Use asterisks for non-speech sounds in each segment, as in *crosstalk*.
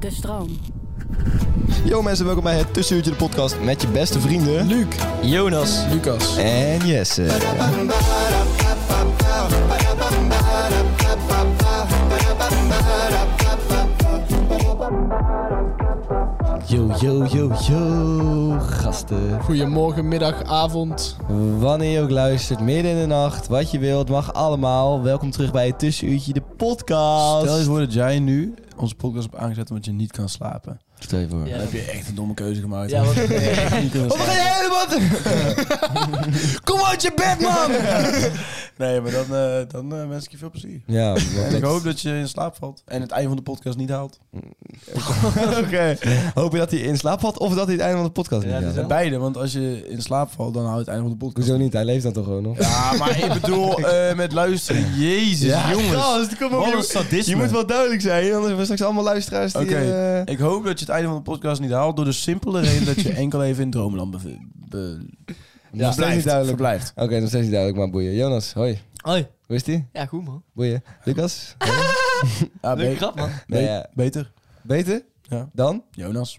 De stroom. Yo mensen, welkom bij het Tussenuurtje de podcast met je beste vrienden... Luc, Jonas Lucas. en Jesse. Yo, yo, yo, yo, gasten. Goedemorgen, middag, avond. Wanneer je ook luistert, midden in de nacht, wat je wilt, mag allemaal. Welkom terug bij het Tussenuurtje de podcast. Stel eens voor dat jij nu onze podcast hebt aangezet omdat je niet kan slapen. Stel je voor. Dan heb je echt een domme keuze gemaakt. *laughs* Ja, wat- Niet kunnen slapen. *laughs* Kom uit je bed, man! Nee, maar dan, eh, dan eh, wens ik je veel plezier. Ja, En ik hoop dat je in slaap valt en het einde van de podcast niet haalt. *laughs* Mm, *laughs* Oké. *laughs* Hoop je dat hij in slaap valt of dat hij het einde van de podcast niet haalt? Beide, want als je in slaap valt, dan houdt het einde van de podcast. Hoezo niet? Hij leeft dan toch *laughs* gewoon nog? Ja, maar ik *laughs* bedoel eh, met luisteren. Jezus, jongens. gast, kom op, Wat je een moet- sadisme. Je moet wel duidelijk zijn, anders hebben we straks allemaal luisteraars die... Oké, eh, ik hoop dat je het einde van de podcast niet haalt door de simpele reden dat *laughs* je enkel even in droomland bev- be- nog steeds verblijft. niet duidelijk. verblijft. Oké, nog steeds niet duidelijk, maar boeien. Jonas, hoi. Hoi. Hoe is die? Ja, goed man. Boeien. Lucas? Ah, Leuke be- grap man. be- Nee, ja. Beter. *laughs* Beter? Ja. Dan? Jonas.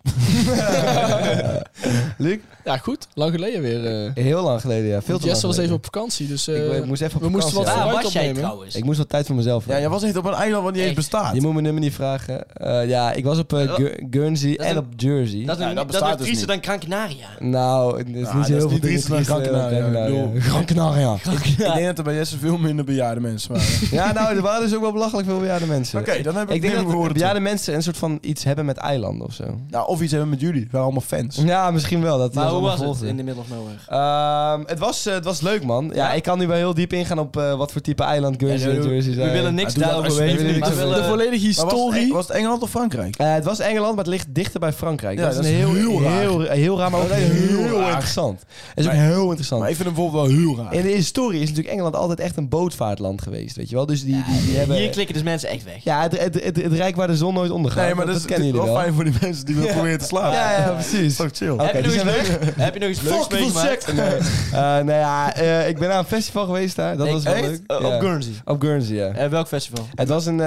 Luc? Ja, goed. Lang geleden weer. eh Heel lang geleden, ja. Veel Want te Jesse lang was even geleden. op vakantie, dus eh, Ik, eh, moest even op we moesten wat vakantie, ja. vooruit Waar was jij opnemen. trouwens? Ik moest wat tijd voor mezelf Ja, jij was echt op een eiland wat niet eens Echt. bestaat. Je moet mijn nummer niet vragen. Eh, ja, ik was op eh, Dat- Guer- Guernsey dat en is- op Jersey. Dat is, Ja, dat een- dat bestaat is dus triester niet. dan Gran Canaria. Nou, het is Ja, niet dat zo is heel veel niet dingen iets naar Gran triest, eh, Canaria, Gran ik Canaria. bedoel. Gran *laughs* Canaria. Ik denk dat er bij Jesse veel minder bejaarde mensen *laughs* waren. Ja, nou, er waren dus ook wel belachelijk veel bejaarde mensen. Oké, dan heb ik ik denk het dat gehoord. bejaarde mensen een soort van iets hebben met eilanden of zo. Nou, of iets hebben met jullie. We waren allemaal fans. Ja, misschien wel. Dat Maar dat hoe allemaal was het volgde. in de middle of nowhere? Ehm, het, was, eh, het was leuk, man. Ja, ik kan nu wel heel diep ingaan op eh, wat voor type eiland Guernsey Ja, en doe- Jersey zijn. we willen niks Ja, doe dat daarover alsjeblieft weten, niet. maar We we willen- De volledige Maar was, het, historie. was het Engeland of Frankrijk? Eh, het was Engeland, maar het ligt dichter bij Frankrijk. Ja, dat, dat is een is heel, heel raar. Heel, heel raar, maar ook Dat is heel, heel raar. interessant. Het is ook Maar- heel Maar interessant. ik vind hem bijvoorbeeld wel heel raar. In de historie is natuurlijk Engeland altijd echt een bootvaartland geweest, weet je wel? Dus die, die, die hebben... Hier klikken dus mensen echt weg. Ja, het, het, het, het rijk waar de zon nooit ondergaat. nee, maar dat, dat, is kennen wel, jullie wel. fijn voor die mensen die willen proberen te slapen. *laughs* Ja, ja, precies. Dat is toch chill. Oké, heb, je die nog zijn iets leuks, heb je nog iets leuks meegemaakt? Nee. *laughs* Eh, nou ja, eh, ik ben naar een festival geweest daar. Dat Nee, was wel echt? leuk. Oh, Eh, Ja. Op Guernsey. Op Guernsey, ja. Eh, welk festival? Het was een... eh,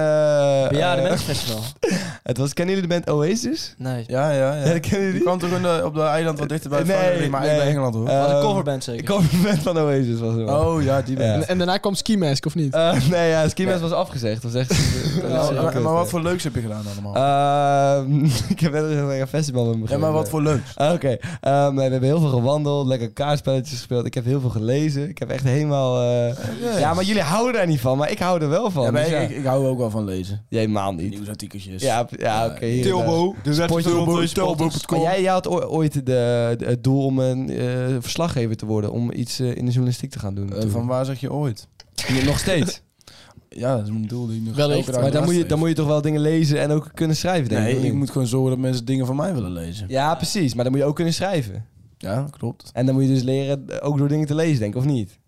Bejaarde eh, *laughs* Mensenfestival. Het was, kennen jullie de band Oasis? Nee. Ja, ja, ja. Ja, dat kennen Die jullie. kwam toch in de- op de eiland wat dichter bij Nee, Frankrijk, maar echt nee. bij Engeland hoor. Eh, was een ehm, coverband Ik zeker. kwam een band van Oasis was het. wel. oh ja, die Ja. ben En, en daarna kwam Ski Mask, of niet? Eh, nee, ja, Ski Mask was afgezegd. Dat was *laughs* echt... dat is Oh, maar, echt maar wat kut, Ah, voor leuks heb je gedaan allemaal? hè. Ehm, *laughs* ik heb net een een festival met me ja, maar wat voor leuks? Oké, ehm, we hebben heel veel gewandeld, lekker kaarspelletjes gespeeld. Ik heb heel veel gelezen. Ik heb echt helemaal... eh, Ja, maar jullie houden daar niet van, maar ik hou er wel van. Ja, maar dus ja. ik, ik hou ook wel van lezen. Jij helemaal niet. Nieuwsartikeltjes. Ja, p- ja oké. hier, eh. Dus Spotje. Tilbo, Maar Tilbo.com. jij, jij had oo- ooit de, de- het doel om een eh, verslaggever te worden, om iets eh, in de journalistiek te gaan doen. Eh, toen. van waar zeg je ooit? Nog steeds. Ja, dat is mijn doel. Die ik nog Wellicht. elke dag maar dan moet, je, nastreef. dan moet je toch wel dingen lezen en ook kunnen schrijven, denk Nee, of ik niet? moet gewoon zorgen dat mensen dingen van mij willen lezen. Ja, precies. Maar dan moet je ook kunnen schrijven. Ja, klopt. En dan moet je dus leren eh, ook door dingen te lezen, denk ik, of niet?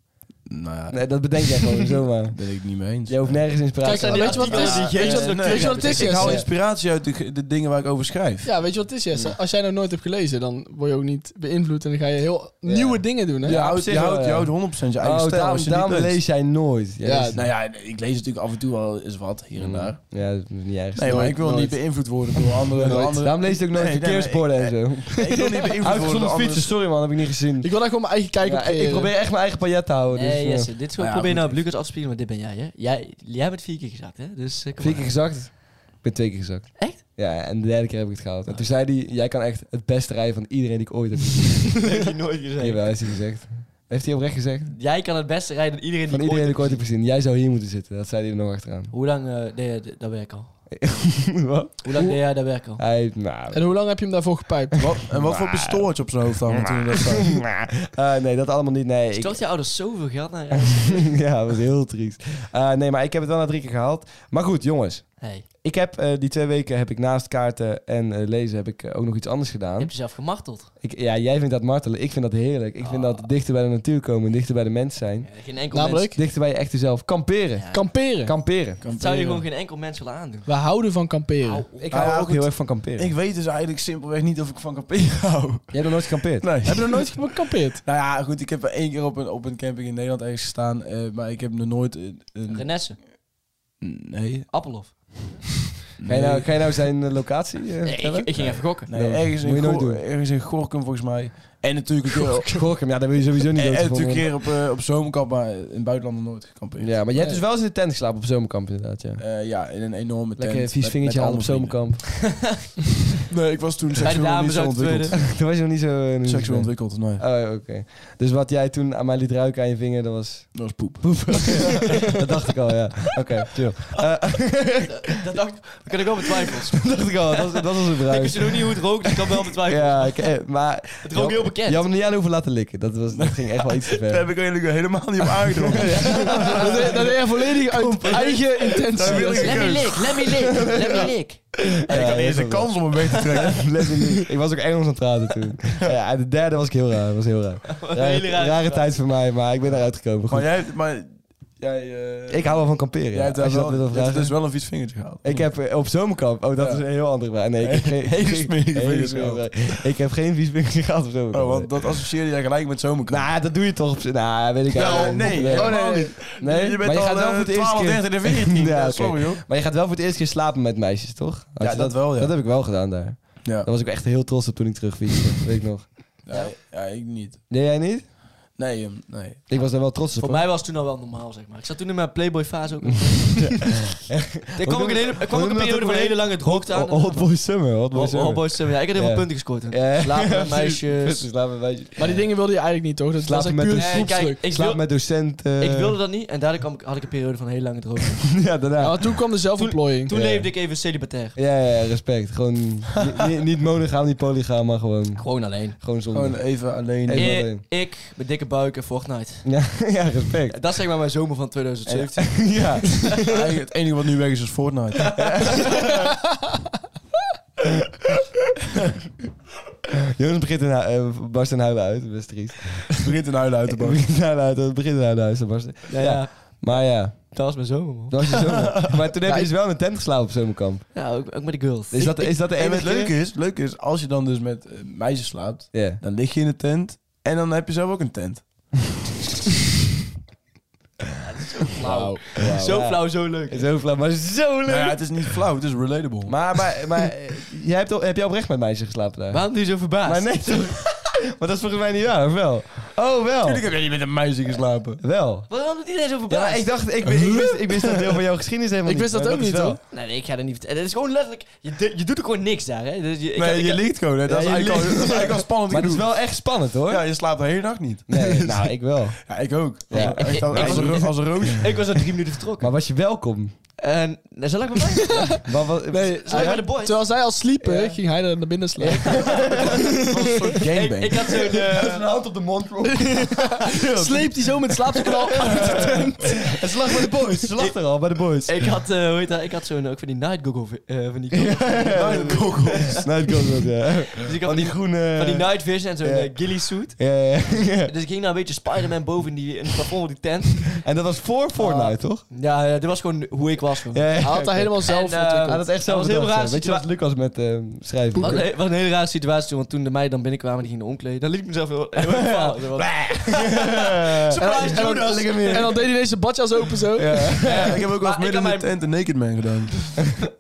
Nou ja, Nee, dat bedenk jij *laughs* gewoon zomaar. ben ik niet mee eens. Je hoeft nergens Kijk, inspiratie weet je wat het is? Ja, Weet je wat- nee, weet je wat het is, Ik haal Jesse? inspiratie uit de, ge- de dingen waar ik over schrijf. Ja, weet je wat het is, Jesse? Als jij nou nooit hebt gelezen, dan word je ook niet beïnvloed en dan ga je heel nieuwe dingen doen, hè? je, houdt, zich je, wel, houdt, je ja. houdt 100% je eigen Oh, stijl daarom, als je daarom niet leest. lees jij nooist. Ja, Ja, dat is- Nou ja, ik lees natuurlijk af en toe wel eens wat, hier en daar. ja, dat is niet erg. Nee, maar ik wil Nooit. niet beïnvloed worden door anderen. Door anderen. Daarom lees je ook nooit Nee, nee, verkeersborden nee, en zo. Ik wil niet beïnvloed worden Uitgezonden door fietsen, anderen. sorry man, heb ik niet gezien. Ik wil daar gewoon mijn eigen kijk Ja, op eh, ik, creëren. probeer echt mijn eigen paillet te houden. Nee, dus, Jesse, dit is gewoon Maar ja, probeer nou goed. op Lucas af te spelen, maar dit ben jij, hè? Jij, jij bent vier keer gezakt, hè? Dus, eh, kom Vier maar. keer gezakt. Ik ben twee keer gezakt. Echt? Ja, en de derde keer heb ik het gehaald. En toen zei hij, jij kan echt het beste rijden van iedereen die ik ooit heb gezien. Dat *laughs* heb je nooit gezegd. Jawel, heeft hij gezegd. Heeft hij oprecht gezegd? Jij kan het beste rijden dan iedereen Van die iedereen die ooit... ik ooit heb gezien. Jij zou hier moeten zitten. Dat zei hij er nog achteraan. Hoe lang... eh nee, d- dat werk al. Wat? Hoe lang deed jij dat werk al? Hij, nou... En hoe lang heb je hem daarvoor gepijpt? *laughs* *laughs* Wat, en wat voor pistool had je op zijn hoofd hangen toen je dat zag? Eh, nee, dat allemaal niet. Nee, ik- Stort je ouders zoveel geld *laughs* naar reizen? ja, dat was heel triest. Eh, nee, maar ik heb het wel na drie keer gehaald. Maar goed, jongens. Hey, Ik heb eh, die twee weken heb ik naast kaarten en eh, lezen heb ik eh, ook nog iets anders gedaan. je hebt jezelf gemarteld. Ik, ja, jij vindt dat martelen. Ik vind dat heerlijk. Ik vind Ah. dat dichter bij de natuur komen, dichter bij de mens zijn. Ja, geen enkel Namelijk, mens... Dichter bij je echte zelf. Kamperen. Ja. kamperen. *laughs* Kamperen. Dat zou je gewoon geen enkel mens willen aandoen. We houden van kamperen. Ik Ah, hou ja, ook goed. heel erg van kamperen. Ik weet dus eigenlijk simpelweg niet of ik van kamperen hou. Jij hebt nog nooit gekampeerd? Nee. Heb je nog nooit gekampeerd? *laughs* Nou ja, goed, ik heb één keer op een, op een camping in Nederland ergens gestaan, eh, maar ik heb nog nooit een... een- Renesse, nee. Appelhof. Ga, je nou, ga je nou zijn eh, locatie eh, Nee, vertellen? ik, ik ging even gokken. Nee, Nee, ergens, moet in je nooit Gor- doen. ergens in Gorkum volgens mij. *laughs* En natuurlijk een keer op, Gorkum, ja, daar wil je sowieso niet en, en dood natuurlijk gevonden worden. een keer op, eh, op zomerkamp, maar in het buitenland nog nooit gekampeerd. Ja, maar jij hebt dus wel eens in de tent geslapen op zomerkamp inderdaad, ja. Eh, ja, in een enorme tent. Lekker met- vies met vingertje halen op allemaal vrienden. zomerkamp. Nee, ik was toen Bij de seksueel nog niet dames zo ook ontwikkeld. *laughs* tweede. Toen was je nog niet zo... eh, niet zo- *laughs* Seksueel ontwikkeld, nee. Oh, oké. Dus wat jij toen aan mij liet ruiken aan je vinger, dat was... *laughs* Dat was poep. *laughs* dat dacht ik al, ja. Oké, chill. Dat dacht ik, dat kan ik wel *laughs* betwijfelen. Dat dacht ik al, dat, was- dat was een Ik bruis. wist ook niet hoe het rook, dus ik kan wel betwijfelen. Ja, ik- eh, maar... Het rook heel bekend. Je had me niet aan hoeven laten likken. Dat, was, dat ging echt wel iets te *laughs* ver. Daar heb ik eigenlijk helemaal niet op *laughs* aangedrongen. Dat is- dat is volledig uit eigen Daar wil intentie. ik- Let me lick, let me lick, let me lick. En ik had eerst een kans om hem weg te trekken. Letterlijk. ik was ook Engels aan het praten toen. *laughs* Ja, en de derde was ik heel raar. Was heel raar. Een Rare, hele rare rare vraag. tijd voor mij, maar ik ben eruit gekomen. Maar *laughs* Goed. jij... Maar, jij eh, Ik hou wel van kamperen. jij Ja, hebt als je dat wel, wil je hebt vragen. dus wel een vies vingertje gehaald. Ik heb eh, op zomerkamp... Oh, dat Ja. is een heel andere vraag. Nee, *laughs* ik heb geen... Hele geen- smerige *laughs* hele vingers smerige vraag. Ik heb geen vies vingers *laughs* gehad op zomerkamp. Oh, want dat associeerde jij gelijk met zomerkamp. Nou, dat doe je toch op... z- Nou, weet ik Nou, eigenlijk nee, niet. helemaal niet. Nee? Je bent maar je al gaat wel eh, voor het eerst 12, keer... 13 en *laughs* 14. Ja, Ja, oké. sorry hoor. Maar je gaat wel voor het eerst keer slapen met meisjes, toch? Had Ja, je dat wel, ja. Dat heb ik wel gedaan daar. Ja. Daar was ik echt heel trots op toen ik terugfietste. *laughs* weet ik nog. Ja, ja, ik niet. Nee, jij niet? Nee, ehm, nee. Ik was daar wel trots op. Voor hoor. mij was het toen al wel normaal, zeg maar. Ik zat toen in mijn *laughs* Playboy-fase *laughs* ook. Er kwam ook een, hele, er kwam ook een periode van een hele lange drokte aan. Hot, hot Boy Summer. Hot Boy Oh, Summer. oh, boy, summer. Ja, ik had heel Ja. veel punten gescoord. toen. Ja. Slapen *laughs* met Precies. meisjes. Precies, slapen met meisjes. Maar die dingen wilde je eigenlijk niet, toch? Dat was Slapen echt met puur de- een Nee, Nee, kijk, groepsdruk. ik, Slapen wil- met eh, docenten. ik wilde dat niet en daardoor kwam, ik- had ik een periode van een hele lange droogte. *laughs* ja, daarna. Ja, maar toen kwam de zelfontplooiing. Toen Ja. leefde ik even celibatair. Ja, ja, ja, respect. *laughs* Gewoon ni- ni- niet monogaam, niet polygaam, maar gewoon, Gewoon alleen. gewoon zonder. Gewoon even alleen. Even Ik- alleen. Ik, met dikke buik en Fortnite. *laughs* Ja, ja, respect. Dat is zeg maar mijn zomer van 2017. *laughs* ja. *laughs* Eigenlijk het enige wat nu weg is, is *laughs* Fortnite. Jonas begint een, hu- eh, barst een huilen uit. Best triest. Het begint een huilen uit te Het barsten. begint een huilen uit. Het begint een huilen uit. ze barsten. Ja, Ja. ja, Maar ja, dat was mijn zomer, man. dat was je *laughs* zomer. maar toen heb je dus wel in een tent geslapen op zomerkamp. Ja, ook, ook met de girls. *laughs* Is dat, is dat de En enige het leuke keer? is, het leuke is, als je dan dus met eh, meisjes slaapt, Ja. dan lig je in de tent en dan heb je zelf ook een tent. Flauw. Zo flauw, zo leuk. Zo flauw, maar zo leuk. Nou ja, het is niet flauw, het is relatable. Maar, maar, maar eh, jij hebt, al- heb jij oprecht met meisjes geslapen daar? Waarom doe je zo verbaasd? Maar nee, toch? maar dat is volgens mij niet waar, of wel? Oh, wel. Natuurlijk heb jij niet met een meisje geslapen. Wel. Waarom doet iedereen zo Ja, verbaasd? maar ik dacht, ik, wist- ik, wist, ik wist dat deel van jouw geschiedenis helemaal Ik niet. wist dat maar ook is niet, wel- hoor. Nee, nee, ik ga dat niet vertellen. Het is gewoon letterlijk... Je, doet- je doet ook gewoon niks daar, hè? Dus je, ik nee, had- ik je had- ligt gewoon. Hè? Dat, is Ja, je eigenlijk al, ligt. dat is eigenlijk al spannend Maar het is genoeg. wel echt spannend, hoor. Ja, je slaapt de hele nacht niet. Nee, nou, ik wel. Ja, ik ook. Ja. Als, *laughs* als, als, als, een- als een roosje. Ik was al drie minuten vertrokken. Maar was je welkom? En nou, zal ik met mij? *laughs* Wat, wat, *laughs* Nee, Zal ik bij de boys? Eh, terwijl zij al sliepen, ging hij er naar binnen slapen. Ik, ik had *laughs* zo'n... eh, hand op de *laughs* mond. Sleept hij zo met slaapsknal Het lag bij de boys. Ze lag er al, bij de boys. ik had, eh, hoe heet dat? Ik had zo'n... Ook van die night google eh, van die... *laughs* Night goggles. Night goggles, ja. Dus ik had Van die groene... van die night vision en zo'n Ja. eh, ghillie suit. Ja, ja, ja. Dus ik ging daar een beetje Spider-Man boven in, die, in het plafond van die tent. En dat was voor Fortnite, toch? Ja, ja, dit was gewoon hoe ik was. gewoon. Ja, Hij ja. had daar helemaal zelf En, eh, ontwikkeld. Ah, dat is echt zo Dat was heel bedacht, raar hè. Weet je wat Lucas met eh, schrijven? Het was, een- was een hele rare situatie, toen, want toen de meiden dan binnenkwamen die gingen omkleden, dan liet ik mezelf heel heel *laughs* erg falen. Dat was- En dan- Jonas. *laughs* En dan deed hij deze badjas open zo. *laughs* Ja, ik heb ook wel eens Maar ik midden in had de tent een naked man gedaan.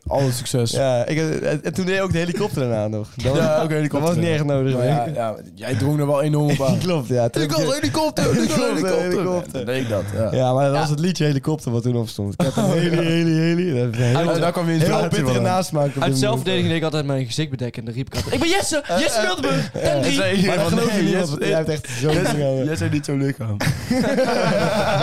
Alle succes. Ja, Ja, ik, eh, en en toen deed je ook de helikopter daarna nog. Dat was, Ja, ook *laughs* een dat helikopter. was niet echt nodig. Maar ja, denk ik. ja, jij drong er wel *laughs* enorm op aan. Klopt, *laughs* ja. Toen heb je- *laughs* helikopter, ik wil een helikopter. Dan deed ik dat, ja. Ja, maar dat was het liedje helikopter wat toen opstond. Ik heb een hele Haley, Haley. Dat is een Uit- heel, daar kwam je heel bittere nasmaak. op dit Uit moment. zelfverdediging deed ik altijd mijn gezicht bedekken. En dan riep ik altijd, ik ben Jesse! Jesse Wildeburg! Ten drie! *laughs* Maar dat geloof je niet, want jij hebt Jij echt zo'n ding bent niet zo'n lichaam. *laughs*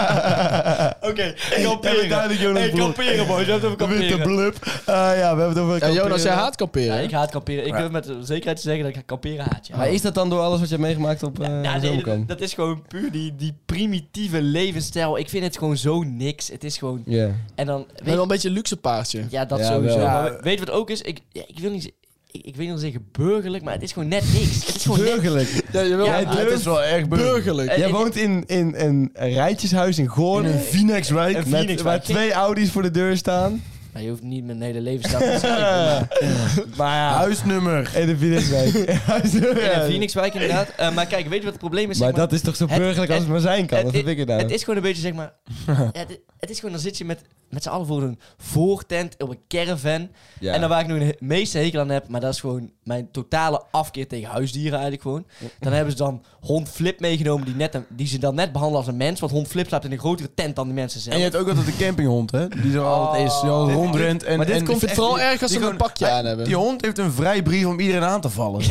Oké, ik Heb ik duidelijk Jonas Hey, Blok. kamperen, boys. We hebben het over Witte kamperen. blub. Eh, ja, we hebben het over Ja, Jonas, jij kamperen. haat kamperen. Ja, hè? ik haat kamperen. Ik durf met zekerheid te zeggen dat ik kamperen haat, ja. Maar is dat dan door alles wat je hebt meegemaakt op eh Ja, nee, Zomerkamp? dat, dat is gewoon puur die, die primitieve levensstijl. Ik vind het gewoon zo niks. Het is gewoon... Ja. En dan... Ik ben wel een beetje een luxe paardje. Ja, dat Ja, sowieso. wel. Maar weet je wat ook is? Ik, ja, ik wil niet... z- Ik, ik wil niet zeggen burgerlijk, maar het is gewoon net niks. Het is gewoon niks. Burgerlijk. Ja, je wil Ja, het is wel erg burgerlijk. Eh, Jij ik- woont in, in een rijtjeshuis in Goorn. Een Phoenix Rijk. Een Met, Phoenix, waar maar- twee Audi's voor de deur staan. Maar je hoeft niet mijn hele levensstijl *laughs* te zeggen. Maar ja, Huisnummer. in de Phoenixwijk. Huis- In ja. een Phoenixwijk inderdaad. Eh, maar kijk, weet je wat het probleem is? zeg Maar dat is toch zo het- burgerlijk als het maar zijn kan? het- Dat vind ik het Eh, Het nou. is gewoon een beetje *laughs* zeg maar... ja, het, het is gewoon, dan zit je met, met z'n allen voor een voortent op een caravan. Ja. En dan waar ik nu de meeste hekel aan heb, maar dat is gewoon mijn totale afkeer tegen huisdieren eigenlijk gewoon. Dan hebben ze dan hond Flip meegenomen, die, net een- die ze dan net behandelen als een mens. Want hond Flip slaapt in een grotere tent dan de mensen zelf. En je hebt ook altijd een campinghond, hè? Die er altijd is. Die al rondrent. En, Maar dit en komt het echt- vooral erg als die ze een gewoon- pakje aan hebben. Die hond heeft een vrijbrief om iedereen aan te vallen.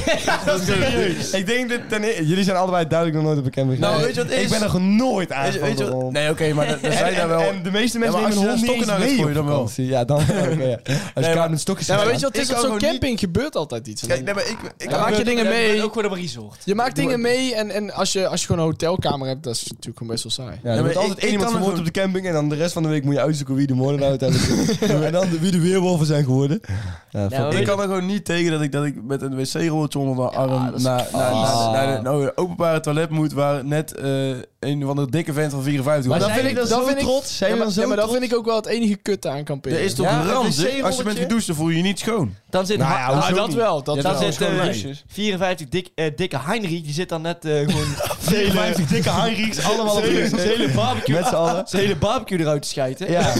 Ik denk dat ten e- jullie zijn allebei duidelijk nog nooit op een camping Nou, geweest. weet je wat het Ik is? ben nog nooit Weet je- aangevallen weet je door wat- een Nee, oké, maar dat- dat zijn En, daar en, wel... en de meeste mensen Ja, maar nemen een als je daar hond niet eens stokken naar mee gaat op gooien, dan wel. vakantie. Ja, dan oké, ja. Als je maar- kaart met stokjes Ja, maar gaat weet je wat het is Ik op kan zo'n gewoon camping gebeurt altijd iets. Kijk, nee, maar ik... ik dan maak je dingen mee. ook gewoon op een resort. Je maakt dingen mee en, en als, je, als je gewoon een hotelkamer hebt, dat is natuurlijk gewoon best wel saai. Ja, er maar wordt ik- altijd één ik iemand kan er vermoord op de camping en dan de rest van de week moet je uitzoeken wie de moordenaar uiteindelijk is. En dan de- wie de weerwolven zijn geworden. Ja, fuck. maar- Ik kan er gewoon niet tegen dat ik, dat ik met een wc-rolletje onder mijn arm dat naar, is naar, vies. naar, naar de- naar een openbare toilet moet... waar net eh, een van de dikke vent van 54 Maar was. dan vind ik dat dan zo vind ik- trots. Zijn Ja, jullie maar, dan zo ja, maar dat trots? vind ik ook wel het enige kutte aan kamperen. Er is toch Ja, een een ramp, hè? Als je bent wc-rolletje? gedoucht, dan voel je je niet schoon. Dan zit, Nou Ha- ja, Ha- hoezo Ah, dan dat niet? wel, dat dan wel. zit eh, meisjes. 54 dik, eh, dikke Heinrich, die zit dan net eh, *laughs* gewoon... 54 dikke Heinrichs, allemaal op zijn hele- de zijn hele barbecue. Met z'n allen. zijn hele barbecue eruit te schijten. Ja. *laughs*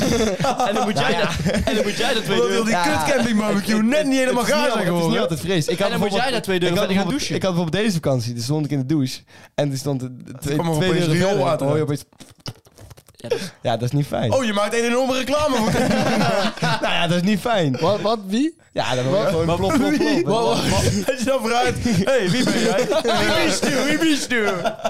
En, dan moet jij dat, en dan moet jij dat twee Omdat heel deuren... die Ja. *laughs* kutcamping barbecue net niet helemaal Het is gaar niet altijd- Het is zijn niet geworden. altijd fris. Ik En dan moet bijvoorbeeld- jij daar twee deuren ik had verder gaan bijvoorbeeld- douchen. Ik had bijvoorbeeld deze vakantie, toen stond ik in de douche. En toen stond er twee, kwam er twee deuren opeens verder. rioolwater Dan hoor je opeens... Ja, dat- Ja, dat is niet fijn. Oh, je maakt een enorme reclame voor *laughs* Nou ja, dat is niet fijn. Wat, wat, wie? Ja, dan hoor je gewoon plop, plop, Wie? plop. Als je dan *laughs* vooruit... hey, wie ben jij? Wie bist u? Wie bist u?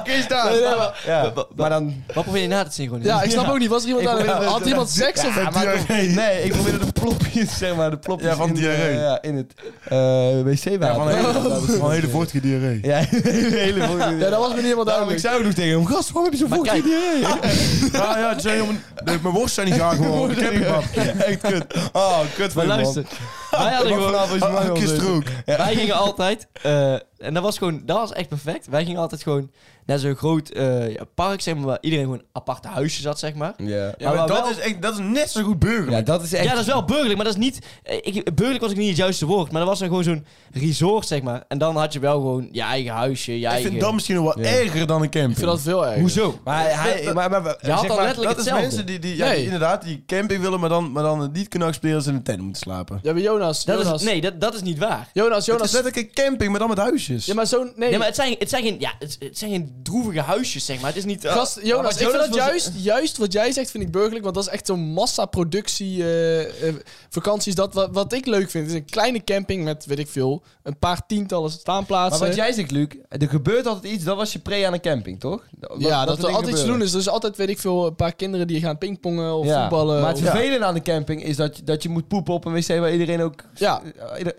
Kies daar. Ja, maar dan... Wat probeer je na te zien gewoon? Ja, ik snap ook niet. Was er iemand Ik aan *laughs* probeer- Had iemand seks of... Ja, maar- *laughs* Nee, ik probeerde de plopjes, zeg maar, de plopjes Ja, van in, de- diarree. ja, in het eh Ja, wc-water. van een hele, van een hele vochtige diarree. *laughs* Ja, hele hele *laughs* Ja, dat was me niet helemaal Daarom, ik duidelijk. zei ook nog tegen hem, gast, waarom heb je zo'n Maar vochtig kijk, diarree? Ja, ja, het zijn helemaal... Nee, Mijn worst zijn niet gaar geworden. *laughs* Ik heb *laughs* Echt *laughs* kut. Ah, Oh, kut van Maar je, man. luister, wij hadden Ik mag gewoon... vanavond eens mayo een kist opeten. rook. Wij gingen altijd, eh, en dat was gewoon, dat was echt perfect. Wij gingen altijd gewoon naar zo'n groot eh, ja, park, zeg maar, waar iedereen gewoon een aparte huisje zat, zeg maar. Ja. Ja, maar maar dat wel- is, echt, dat is net zo goed burger. Ja, dat is echt... Ja, dat is wel burgerlijk, maar dat is niet, eh, ik, burgerlijk was ik niet het juiste woord, maar dat was dan gewoon zo'n resort, zeg maar. En dan had je wel gewoon je eigen huisje, je ik eigen... vind dat misschien nog wel Ja. erger dan een camping. Ik vind dat veel erg. Hoezo? Maar hij... Maar, maar, maar, Je had zeg al maar, letterlijk dat is hetzelfde. mensen die, die, ja, Nee. die inderdaad die camping willen, maar dan, maar dan het niet kunnen accepteren dat ze in een tent moeten slapen. Ja, maar Jonas, Dat Jonas. is, nee, dat, dat is niet waar. Jonas, Het is Jonas. letterlijk een camping, maar dan met huisjes. Ja, maar zo'n... Nee, Nee, maar het zijn, het zijn, geen, ja, het, het zijn geen droevige huisjes, zeg maar. Het is niet... Gast, Ja, Jonas, wat ik vind dat wil- juist, juist wat jij zegt, vind ik burgerlijk. Want dat is echt zo'n massaproductie eh, eh, vakanties. Dat, wat, wat ik leuk vind, is een kleine camping met, weet ik veel, een paar tientallen maar staanplaatsen. wat jij zegt, Luc, er gebeurt altijd iets. Dat was je pre aan een camping, toch? Wat- ja, wat dat er er dingen altijd iets te doen gebeuren. is. Dus altijd, weet ik veel, een paar kinderen die gaan pingpongen of Ja. voetballen. Maar het of- vervelende aan de camping is dat je, dat je moet poepen op een wc waar iedereen ook... ja. eh, ieder-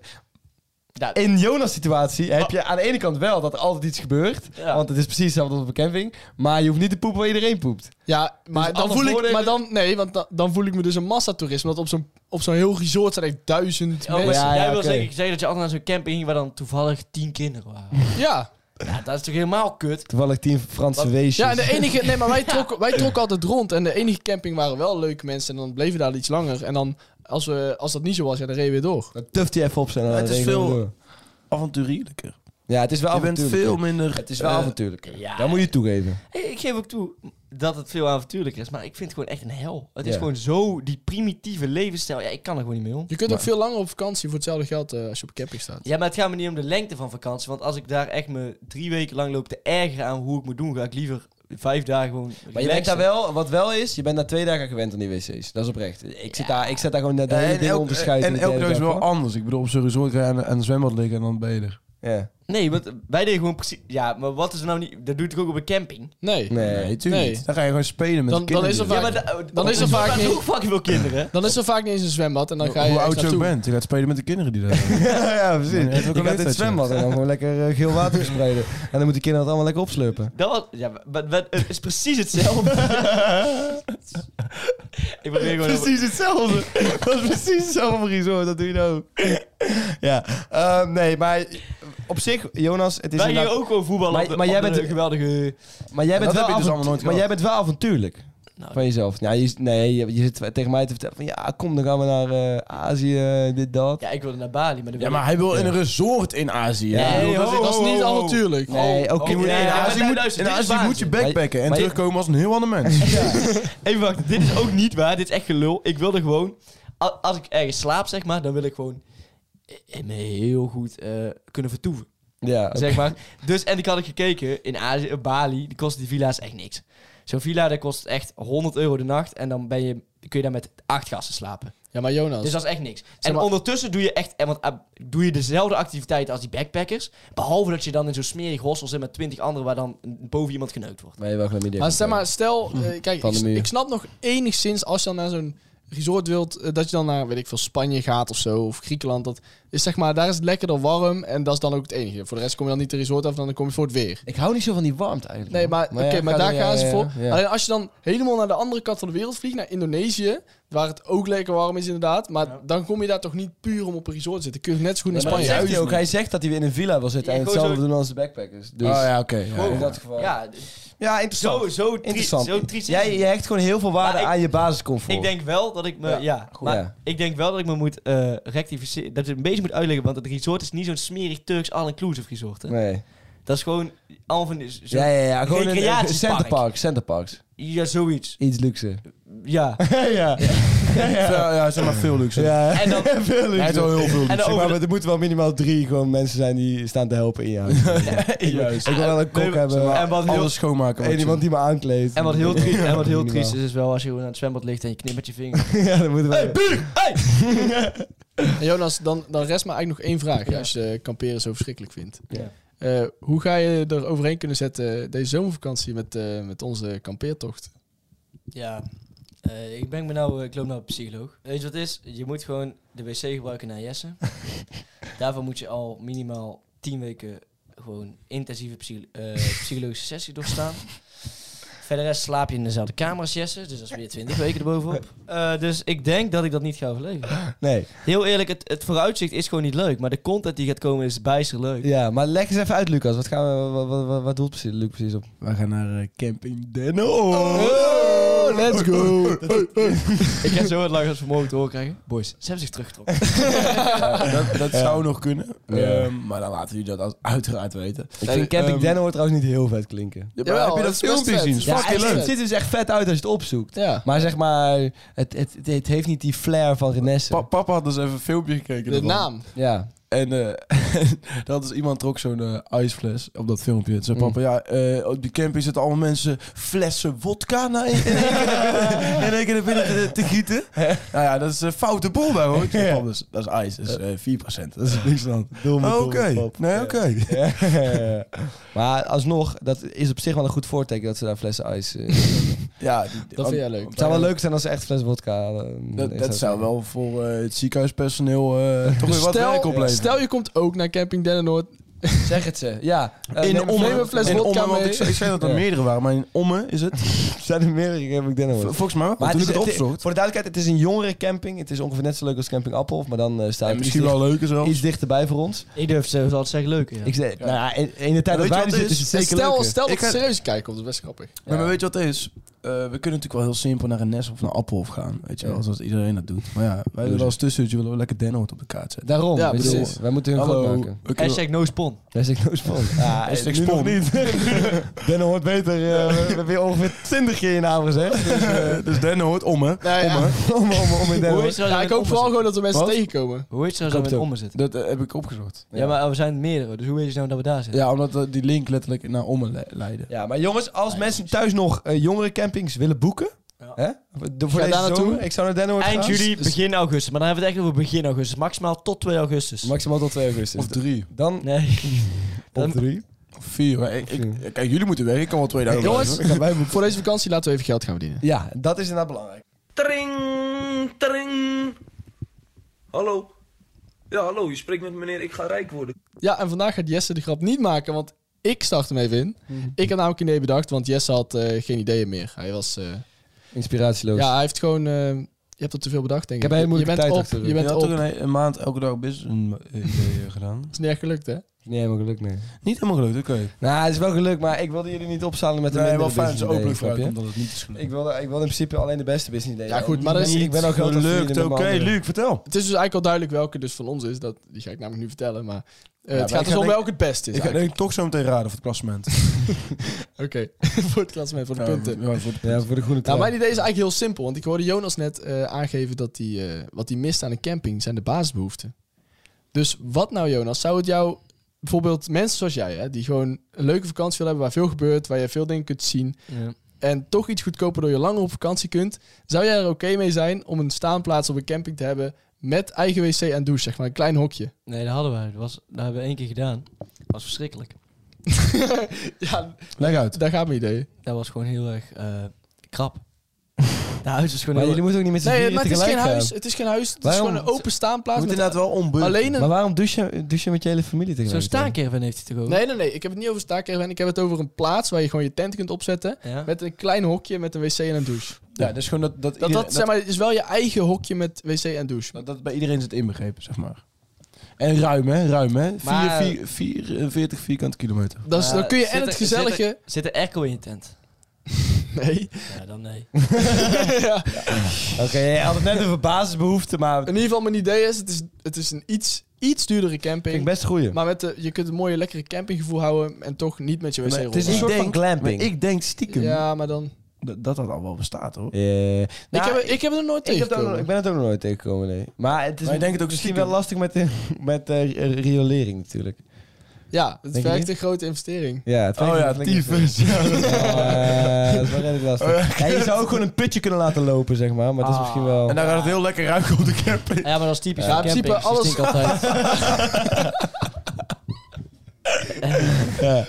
Ja, In Jonas' situatie heb je aan de ene kant wel dat er altijd iets gebeurt. Ja. Want het is precies hetzelfde als op een camping. Maar je hoeft niet te poepen waar iedereen poept. Ja, maar dan Dus alle voel ik, voordelen- maar dan, nee, want dan, dan voel ik me dus een massatoerist. Want op zo'n, op zo'n heel resort zijn echt duizend Oh, maar mensen. Ja, jij ja, wil oké. zeker zeggen dat je altijd naar zo'n camping ging waar dan toevallig tien kinderen *laughs* waren. Ja. Ja, dat is toch helemaal kut? Toevallig tien Franse weesjes. ja, en de enige, nee, maar *laughs* wij trokken, wij trokken altijd rond. En de enige camping waren wel leuke mensen. En dan bleven we daar iets langer. En dan, als, we, als dat niet zo was, ja, dan reden we weer door. Dan tuft je even op zijn. en Ja, dan het is denk ik, veel- door. avonturierlijker. Ja, het is wel Je bent avontuurlijk. veel minder... Het is wel eh, avontuurlijk. ja. Dat moet je toegeven. Ik, ik geef ook toe dat het veel avontuurlijker is, maar ik vind het gewoon echt een hel. Het is Ja. gewoon zo, die primitieve levensstijl. Ja, ik kan er gewoon niet mee om. Je kunt ook veel langer op vakantie voor hetzelfde geld eh, als je op camping staat. Ja, maar het gaat me niet om de lengte van vakantie. Want als ik daar echt me drie weken lang loop te ergeren aan hoe ik moet doen, ga ik liever vijf dagen gewoon Maar je bent daar wel, wat wel is, je bent na twee dagen gewend aan die wc's. Dat is oprecht. Ik zit daar, ik zit daar gewoon net de hele en dingen om elk, te schuiven. en die elk hele dag is dag, wel hoor. anders. Ik bedoel, op zo'n resort ga je aan, aan het zwembad liggen en dan ben je er. Ja. Nee, want wij deden gewoon precies... Ja, maar wat is er nou niet... Dat doe ik ook op een camping. Nee. Nee. Nee, tuurlijk Nee. niet. Dan ga je gewoon spelen met Dan- de dan kinderen. is er vaak- Ja, maar da- dan is er daar vaak waren niet- ook fucking veel kinderen. Dan is er vaak niet eens een zwembad en dan ga je Hoe ergens oud je ook naartoe. bent, je gaat spelen met de kinderen die daar zijn. *laughs* ja, precies. Ja, dat is je ook een gaat in leeftijdje. het zwembad en dan gewoon lekker eh, geel water *laughs* verspreiden. En dan moeten kinderen het allemaal lekker opslurpen. Dat was... Ja, maar, maar- maar het is precies *laughs* hetzelfde. ik probeer gewoon... Precies hetzelfde. Dat is precies hetzelfde resort, dat doe je nou ook. ja, ehm, nee, maar op zich, Jonas, het is Wij inderdaad- gingen ook gewoon voetballen Maar- op de- maar op jij de bent- geweldige... Maar jij bent, wel, Dat heb je dus avont- allemaal nooit maar gehad. jij bent wel avontuurlijk Nou, van jezelf. Ja, je, nee, je, je zit tegen mij te vertellen van ja, kom, dan gaan we naar eh, Azië, dit, dat. Ja, ik wilde naar Bali, maar... Ja, dan wil ik- maar hij wil in een resort in Azië. Ja. Ik bedoel, Nee, dat ho, is- Dat is niet ho, ho. avontuurlijk. nee, oké. oh, nee, in ja, Azië maar moet- luister, in dit is Azië moet je waanzin. backpacken en Maar je- terugkomen als een heel ander mens. Even wachten, dit is ook niet waar. Dit is echt gelul. Ik wilde gewoon... a- Als ik ergens slaap, zeg maar, dan wil ik gewoon... eh, me heel goed eh, kunnen vertoeven. Ja, oké. zeg maar. Dus, en ik had ik gekeken, in Azië, op Bali, die kosten die villa's echt niks. Zo'n villa, dat kost echt 100 euro de nacht. En dan ben je, kun je daar met acht gasten slapen. Ja, maar Dus Jonas. dat is echt niks. Zeg En maar- ondertussen doe je echt, en want, ah, doe je dezelfde activiteiten als die backpackers. Behalve dat je dan in zo'n smerig hostel zit met 20 anderen waar dan boven iemand geneukt wordt. Maar je wel gewoon idee. Maar zeg maar, stel, eh, kijk, Van ik, de muur. ik snap nog enigszins als je dan naar zo'n resort wilt, eh, dat je dan naar, weet ik veel, Spanje gaat of zo, of Griekenland. Dat is zeg maar, daar is het lekkerder warm en dat is dan ook het enige. Voor de rest kom je dan niet de resort af, dan kom je voor het weer. Ik hou niet zo van die warmte eigenlijk. Nee, man. maar, oké, ja, maar ga daar door, gaan ja, ze ja, voor. ja. Alleen als je dan helemaal naar de andere kant van de wereld vliegt, naar Indonesië, waar het ook lekker warm is inderdaad, maar dan kom je daar toch niet puur om op een resort te zitten. Kun je net zo goed in Maar dat Spanje. zegt uit. hij ook. Hij zegt dat hij weer in een villa wil zitten Ja, en gewoon hetzelfde zo- doen als de backpackers. Dus Oh ja, oké. ja, in ja. dat geval. Ja, d- Ja, zo, zo, tri- Interessant. zo triest. is Jij, het. je hecht gewoon heel veel waarde Maar ik- aan je basiscomfort. Ik denk wel dat ik me. Ja, goed. maar Ja. ik denk wel dat ik me moet eh, rectificeren. Dat ik een beetje moet uitleggen. Want het resort is niet zo'n smerig Turks all-inclusive resort. Hè? Nee. Dat is gewoon allemaal van. die- Zo, Ja, ja, ja. Gewoon een Recreatiepark. centerpark. Centerparks. ja, zoiets. Iets luxe. *laughs* Ja. ja. Ja, ja, zeg maar veel luxe. ja. En dan, Veel Hij heeft luxe. wel heel veel luxe. en dan Zeg over maar, de- er moeten wel minimaal drie gewoon mensen zijn die staan te helpen in jou. *laughs* Juist. Ik wil wel een Nee, kok maar- hebben. en wat heel, Alles schoonmaken. En wat iemand je- die me aankleedt. en wat heel, triest, en wat *laughs* heel Minimaal. triest is, is wel als je gewoon aan het zwembad ligt en je knipt met je *laughs* vinger. ja, dat moeten we. En Jonas, dan, dan rest maar eigenlijk nog één vraag. hè, Als je eh, kamperen zo verschrikkelijk vindt. Ja. Eh, hoe ga je er overheen kunnen zetten deze zomervakantie met, eh, met onze kampeertocht? Ja. Eh, ik ben me nou, eh, ik loop nou een psycholoog. Weet je wat het is? Je moet gewoon de wc gebruiken naar *laughs* Jesse. Daarvoor moet je al minimaal 10 weken gewoon intensieve psych- *laughs* eh, psychologische sessie doorstaan. Verder rest slaap je in dezelfde kamer als Jesse, dus dat is weer 20 weken erbovenop. Eh, dus ik denk dat ik dat niet ga overleven. Nee. Heel eerlijk, het, het vooruitzicht is gewoon niet leuk, maar de content die gaat komen is bijster leuk. Ja, maar leg eens even uit, Lucas. Wat, gaan we, wat, wat, wat, wat doelt precies, Luc precies op? Wij gaan naar eh, Camping Den Oh, let's go! *laughs* Ik ga zo wat lang als vermogen te horen krijgen. Boys, ze hebben zich teruggetrokken. dat dat zou nog kunnen. Ja. Ehm, maar dan laten jullie dat als- uiteraard weten. Ik vind Camping ehm, Den hoort trouwens niet heel vet klinken. Ja, maar Jawel, heb je dat dat is best filmpje vet. gezien? Ja, Ja, hij fucking is vet. leuk. Het ziet er dus echt vet uit als je het opzoekt. Ja. Maar zeg maar, het, het, het, het heeft niet die flair van Renesse. Pa- papa had dus even een filmpje gekeken. De ervan. naam. Ja. En eh *laughs* dat is iemand trok zo'n eh ijsfles op dat filmpje. Toen zei Mm. papa, ja, eh, op die camping zitten allemaal mensen flessen wodka na in één keer naar *laughs* binnen- in één keer naar binnen te, te gieten. nou ja, dat is een foute boel daar *laughs* hoor. Toen zei papa, Dat is, dat is ijs, dat is eh, 4%. Dat is niks dan. Domme, Oké, domme pap. nee, oké. maar alsnog, dat is op zich wel een goed voorteken dat ze daar flessen ijs... eh, Ja, die- Dat vind jij leuk. het zou wel leuk zijn als ze echt flessen vodka halen. Dat, dat zou wel voor eh, het ziekenhuispersoneel eh, toch weer wat werk Stel, opleveren. stel je komt ook naar Camping Dennenoord. *laughs* Zeg het ze, ja. Eh, in neem- Ommen, neem een fles in wodka Ommen, want mee. ik, zei- ik zei dat er Ja. meerdere waren, maar in Ommen is het, *laughs* zijn er meerdere Camping Den hoor. volgens mij, wel, want toen ik is- het opzocht. Voor de duidelijkheid, het is een jongere camping. Het is ongeveer net zo leuk als Camping Appel, maar dan eh, staat En het misschien iets, wel leuker zelfs. dicht- iets dichterbij voor ons. Ik durf ze altijd zeggen leuk. Ja. Ik zeg, nou ja, in, in de tijd Weet dat wij er je wat het zitten is is? het zeker stel, leuker. stel dat Ik we ga- serieus kijken, want dat is best grappig. Maar, maar weet je wat het is? eh, we kunnen natuurlijk wel heel simpel naar een Nes of naar Appelhof gaan. Weet je wel, zoals iedereen dat doet. Maar ja, wij willen als tussenuurtje willen we lekker Denhoort op de kaart zetten. Daarom, Ja, ik bedoel, precies. wij moeten hun groot maken. we kunnen- Hashtag no spon. Daar zit ik no spon. *laughs* Ja, Hashtag nu nog spon. niet. Ben hoort beter. eh, we hebben weer ongeveer 20 keer je naam gezegd. Dus, eh, *laughs* dus Denhoort om hè. Nou *laughs* ja. om, om, om in Den Hoe nou Hoort. is er Ja, ik hoop vooral gewoon dat er mensen Wat? tegenkomen. Hoe heet ze Ik nou hoop met het ommen zitten? Dat eh, heb ik opgezocht. Ja, maar we zijn meerdere, dus hoe weet je nou dat we daar zitten? Ja, omdat eh, die link letterlijk naar Ommen le- leidde. Ja, maar jongens, als mensen thuis nog eh, jongere campings willen boeken. Ja. Hè? De, voor Ga deze daar naartoe. zomer. Ik zou naar Den Hoort Eind gaan. Dus juli, begin augustus. Maar dan hebben we het echt over begin augustus. Maximaal tot 2 augustus. Maximaal tot 2 augustus. Of drie. Dan nee. op dan- 3. Of vier. Maar ik, ik- Vier. kijk, jullie moeten weg. Ik kan wel twee dagen Jongens, blijven. Wij Voor deze vakantie laten we even geld gaan verdienen. *laughs* Ja, dat is inderdaad belangrijk. Tring, tring. Hallo. Ja, hallo, je spreekt met meneer Ik ga rijk worden. Ja, en vandaag gaat Jesse de grap niet maken, want ik start hem even in. Ik had namelijk een idee bedacht, want Jesse had eh, geen ideeën meer. Hij was... eh, Inspiratieloos. ja, hij heeft gewoon... eh, je hebt er te veel bedacht, denk Ik ik. heb een hele Je- moeilijke tijd je bent achter de op. Je bent op. Je had ook Het een, een maand elke dag business een idee eh, gedaan. is niet echt gelukt, hè? *laughs* Nee, helemaal gelukt, nee. Niet helemaal gelukt, oké. Nou, het is wel gelukt, maar ik wilde jullie niet opzalen met een Nee, wel mindere fijn dat ze business openlijk idee, snap je? vooruitkomt dat het niet is gelukt. Ik wilde, ik wilde in principe alleen de beste business ideeën. Ja, goed, maar ik dat is ben- ik niet ben ook groot gelukt, oké. Luc, vertel. Het is dus eigenlijk al duidelijk welke dus van ons is. Dat, die ga ik namelijk nu vertellen, maar... eh, het maar ik gaat ga dus om denk- welke het beste is. Ik ga eigenlijk. denk ik toch zo meteen raden voor het klassement. Oké, *laughs* voor het klassement, voor de punten. Ja, voor de Ja, voor de groene Nou, trui. mijn idee is eigenlijk heel simpel. Want ik hoorde Jonas net eh, aangeven dat hij, eh, wat hij mist aan een camping zijn de basisbehoeften. Dus wat nou, Jonas? Zou het jou, bijvoorbeeld mensen zoals jij, hè, die gewoon een leuke vakantie willen hebben waar veel gebeurt, waar je veel dingen kunt zien en toch iets goedkoper door je langer op vakantie kunt, zou jij er oké mee zijn om een staanplaats op een camping te hebben met eigen wc en douche, zeg maar, een klein hokje? *laughs* Nee, dat hadden wij. Dat, was, dat hebben we één keer gedaan. Dat was verschrikkelijk. Ja, Leg uit. daar gaat mijn idee. Dat was gewoon heel erg eh, *laughs* krap. Dat huis was gewoon Maar heel jullie moeten ook niet met z'n Nee, vieren maar het is tegelijk geen gaan. huis. Het is geen huis. Het is Waarom? gewoon een open Je staanplaats moet met inderdaad wel ontbeuren. alleen een Maar waarom douche je, douche je met je hele familie Zo'n tegelijk? staankerven heeft hij toch ook? Nee, nee, nee. Ik heb het niet over staakerven. Ik heb het over een plaats waar je gewoon je tent kunt opzetten. Ja. Met een klein hokje met een wc en een douche. Ja, dus gewoon dat... Dat, Dat, iedereen- dat, zeg maar, is wel je eigen hokje met wc en douche. dat, dat bij iedereen zit inbegrepen, zeg maar. En ruim, hè? Ruim, hè? Maar- Vier, vier, vier, eh, 40 vierkante kilometer. Dan, Maar dan kun je zit en er- het gezellige... Zit er, zit er airco in je tent? *laughs* Nee. Ja, dan *laughs* nee. Ja. Oké, jij had het net over basisbehoeften, maar In ieder geval, mijn idee is, het is, het is een iets, iets duurdere vind ik camping. best goeie. Maar met de, je kunt een mooie, lekkere campinggevoel houden en toch niet met je wc Maar rollen. het is een soort van glamping. Maar ik denk stiekem Ja, maar dan... dat, dat dat al wel bestaat, hoor. Eh, nou, ik, heb, ik heb er nooit ik, heb het ook tegengekomen. nog- ik ben het ook nog nooit tegengekomen, nee. Maar het is Maar ik denk het ook misschien stiekem. wel lastig met, de- met eh, riolering natuurlijk. Ja, het Denk je vergt niet? een grote investering. Ja, het Oh werkt ja, niet flink. tyfus. *laughs* Ja, dat- Eh, dat is wel redelijk lastig. *laughs* Ja, je zou ook gewoon een putje kunnen laten lopen, zeg maar. Maar het is misschien wel... En dan gaat het heel lekker ruiken op de camping. Ja, maar dat is typisch. Ja, voor in principe campings. Die alles- stinken altijd. Ja.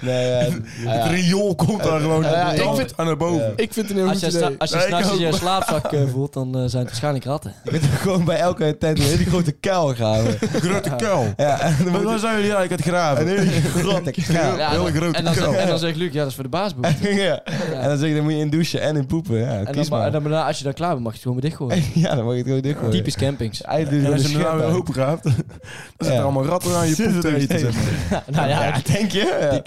Nee, ja. ja. Het riool komt daar gewoon Ja, ja, ik brand vind- aan naar boven. Ja. Ik vind het een heel Als goed je, idee. sta- als je Nee, ik s'nachts ook. je slaapzak eh, voelt, dan eh, zijn het waarschijnlijk ratten. Je kunt gewoon bij elke tent een hele grote kuil gaan. Grote kuil. Ja, en dan Maar moet waar zijn jullie eigenlijk het graven? een hele grote kuil. Ja, Heel dan- grote en dan, kuil. zegt- en dan zegt Luc, ja, dat is voor de baasboek. *laughs* Ja. En dan zeg je, dan moet je in douchen en in poepen. Ja, En kies dan, ma- en maar. dan, daarna, als je dan klaar bent, mag je het gewoon weer dichtgooien. *laughs* Ja, dan mag je het gewoon dichtgooien. Typisch campings. Eigenlijk En doe als je je er hem nou nou *laughs* weer open graaft, dan zitten er allemaal ratten aan je Zitten poep te er eten. steeds. zeg maar. Nou ja, Ja, *laughs* denk je? Ja.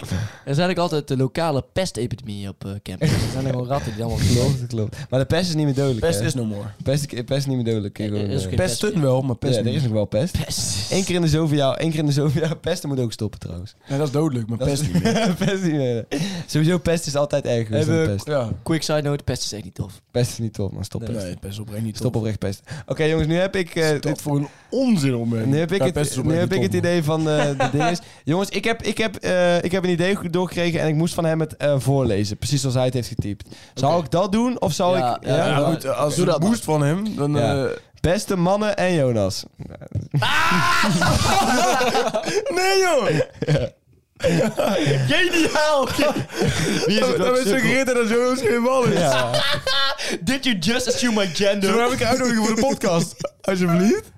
er zijn ook altijd de lokale pestepidemieën op eh, campings. Er zijn gewoon ratten die allemaal geloven. Klopt, klopt. Maar de pest is niet meer dodelijk. Best hè? is no more. pest, pest is niet meer dodelijk. Kun je Er gewoon, is eh, geen pest Pesten wel, maar pest ja, er niet. is nog wel pest. Pest. Eén keer in de zoveel jaar, één keer in de zoveel jaar. Pesten moet ook stoppen trouwens. Nee, dat is dodelijk, maar Dat pest is- niet meer. *laughs* pest niet meer. Sowieso pest is altijd erg geweest dan Hebben- pest. Ja. Quick side note, pest is echt niet tof. Pest is niet top, maar stop pest. Nee, pest oprecht niet. Stop oprecht pest. Oké jongens, nu heb ik... eh, Wat is dat voor een onzin om Nu heb ik, het, nu heb ik het idee van eh, de ding is. Jongens, ik heb, ik, heb, eh, ik heb een idee goed doorgekregen en ik moest van hem het eh, voorlezen. Precies zoals hij het heeft getypt. Zou ik dat doen of zou Ja, ik... ja, ja? Ja, maar- goed, als Doe het dat maar. moest van hem, dan... Ja. eh, Beste mannen en Jonas. Nee, joh! *laughs* Geniaal! Wie is het Dan ook is sukkel? ik ritter dat Jonas geen bal is. Ja. Did you just assume my gender? Zo heb ik een uitnodiging voor de podcast. Alsjeblieft.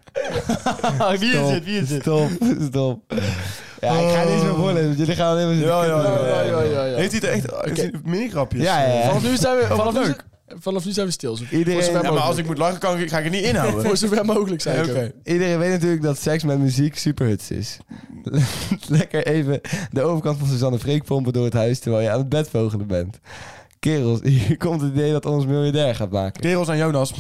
Wie is Stop, het? Wie is het? Stop, stop. Ja, ik ga niet meer voorlezen, want jullie gaan alleen maar zitten Ja, ja, kibbelen. Ja, ja, ja, ja, ja. Heeft hij het echt... Heeft hij mini-grapjes? Ja, ja, ja. Vanaf nu zijn we, vanaf nu, leuk. zijn- vanaf nu zijn we stil. Zo- Iedereen- voor zover Ja, maar als mogelijk. ik moet lachen, kan ik, ga ik het niet inhouden. Voor zover mogelijk zijn. Oké. Iedereen weet natuurlijk dat seks met muziek superhuts is. *laughs* Lekker even de overkant van Suzanne Freek pompen door het huis terwijl je aan het bed vogelen bent. Kerels, *laughs* hier komt het idee dat ons miljardair gaat maken. Kerels en Jonas.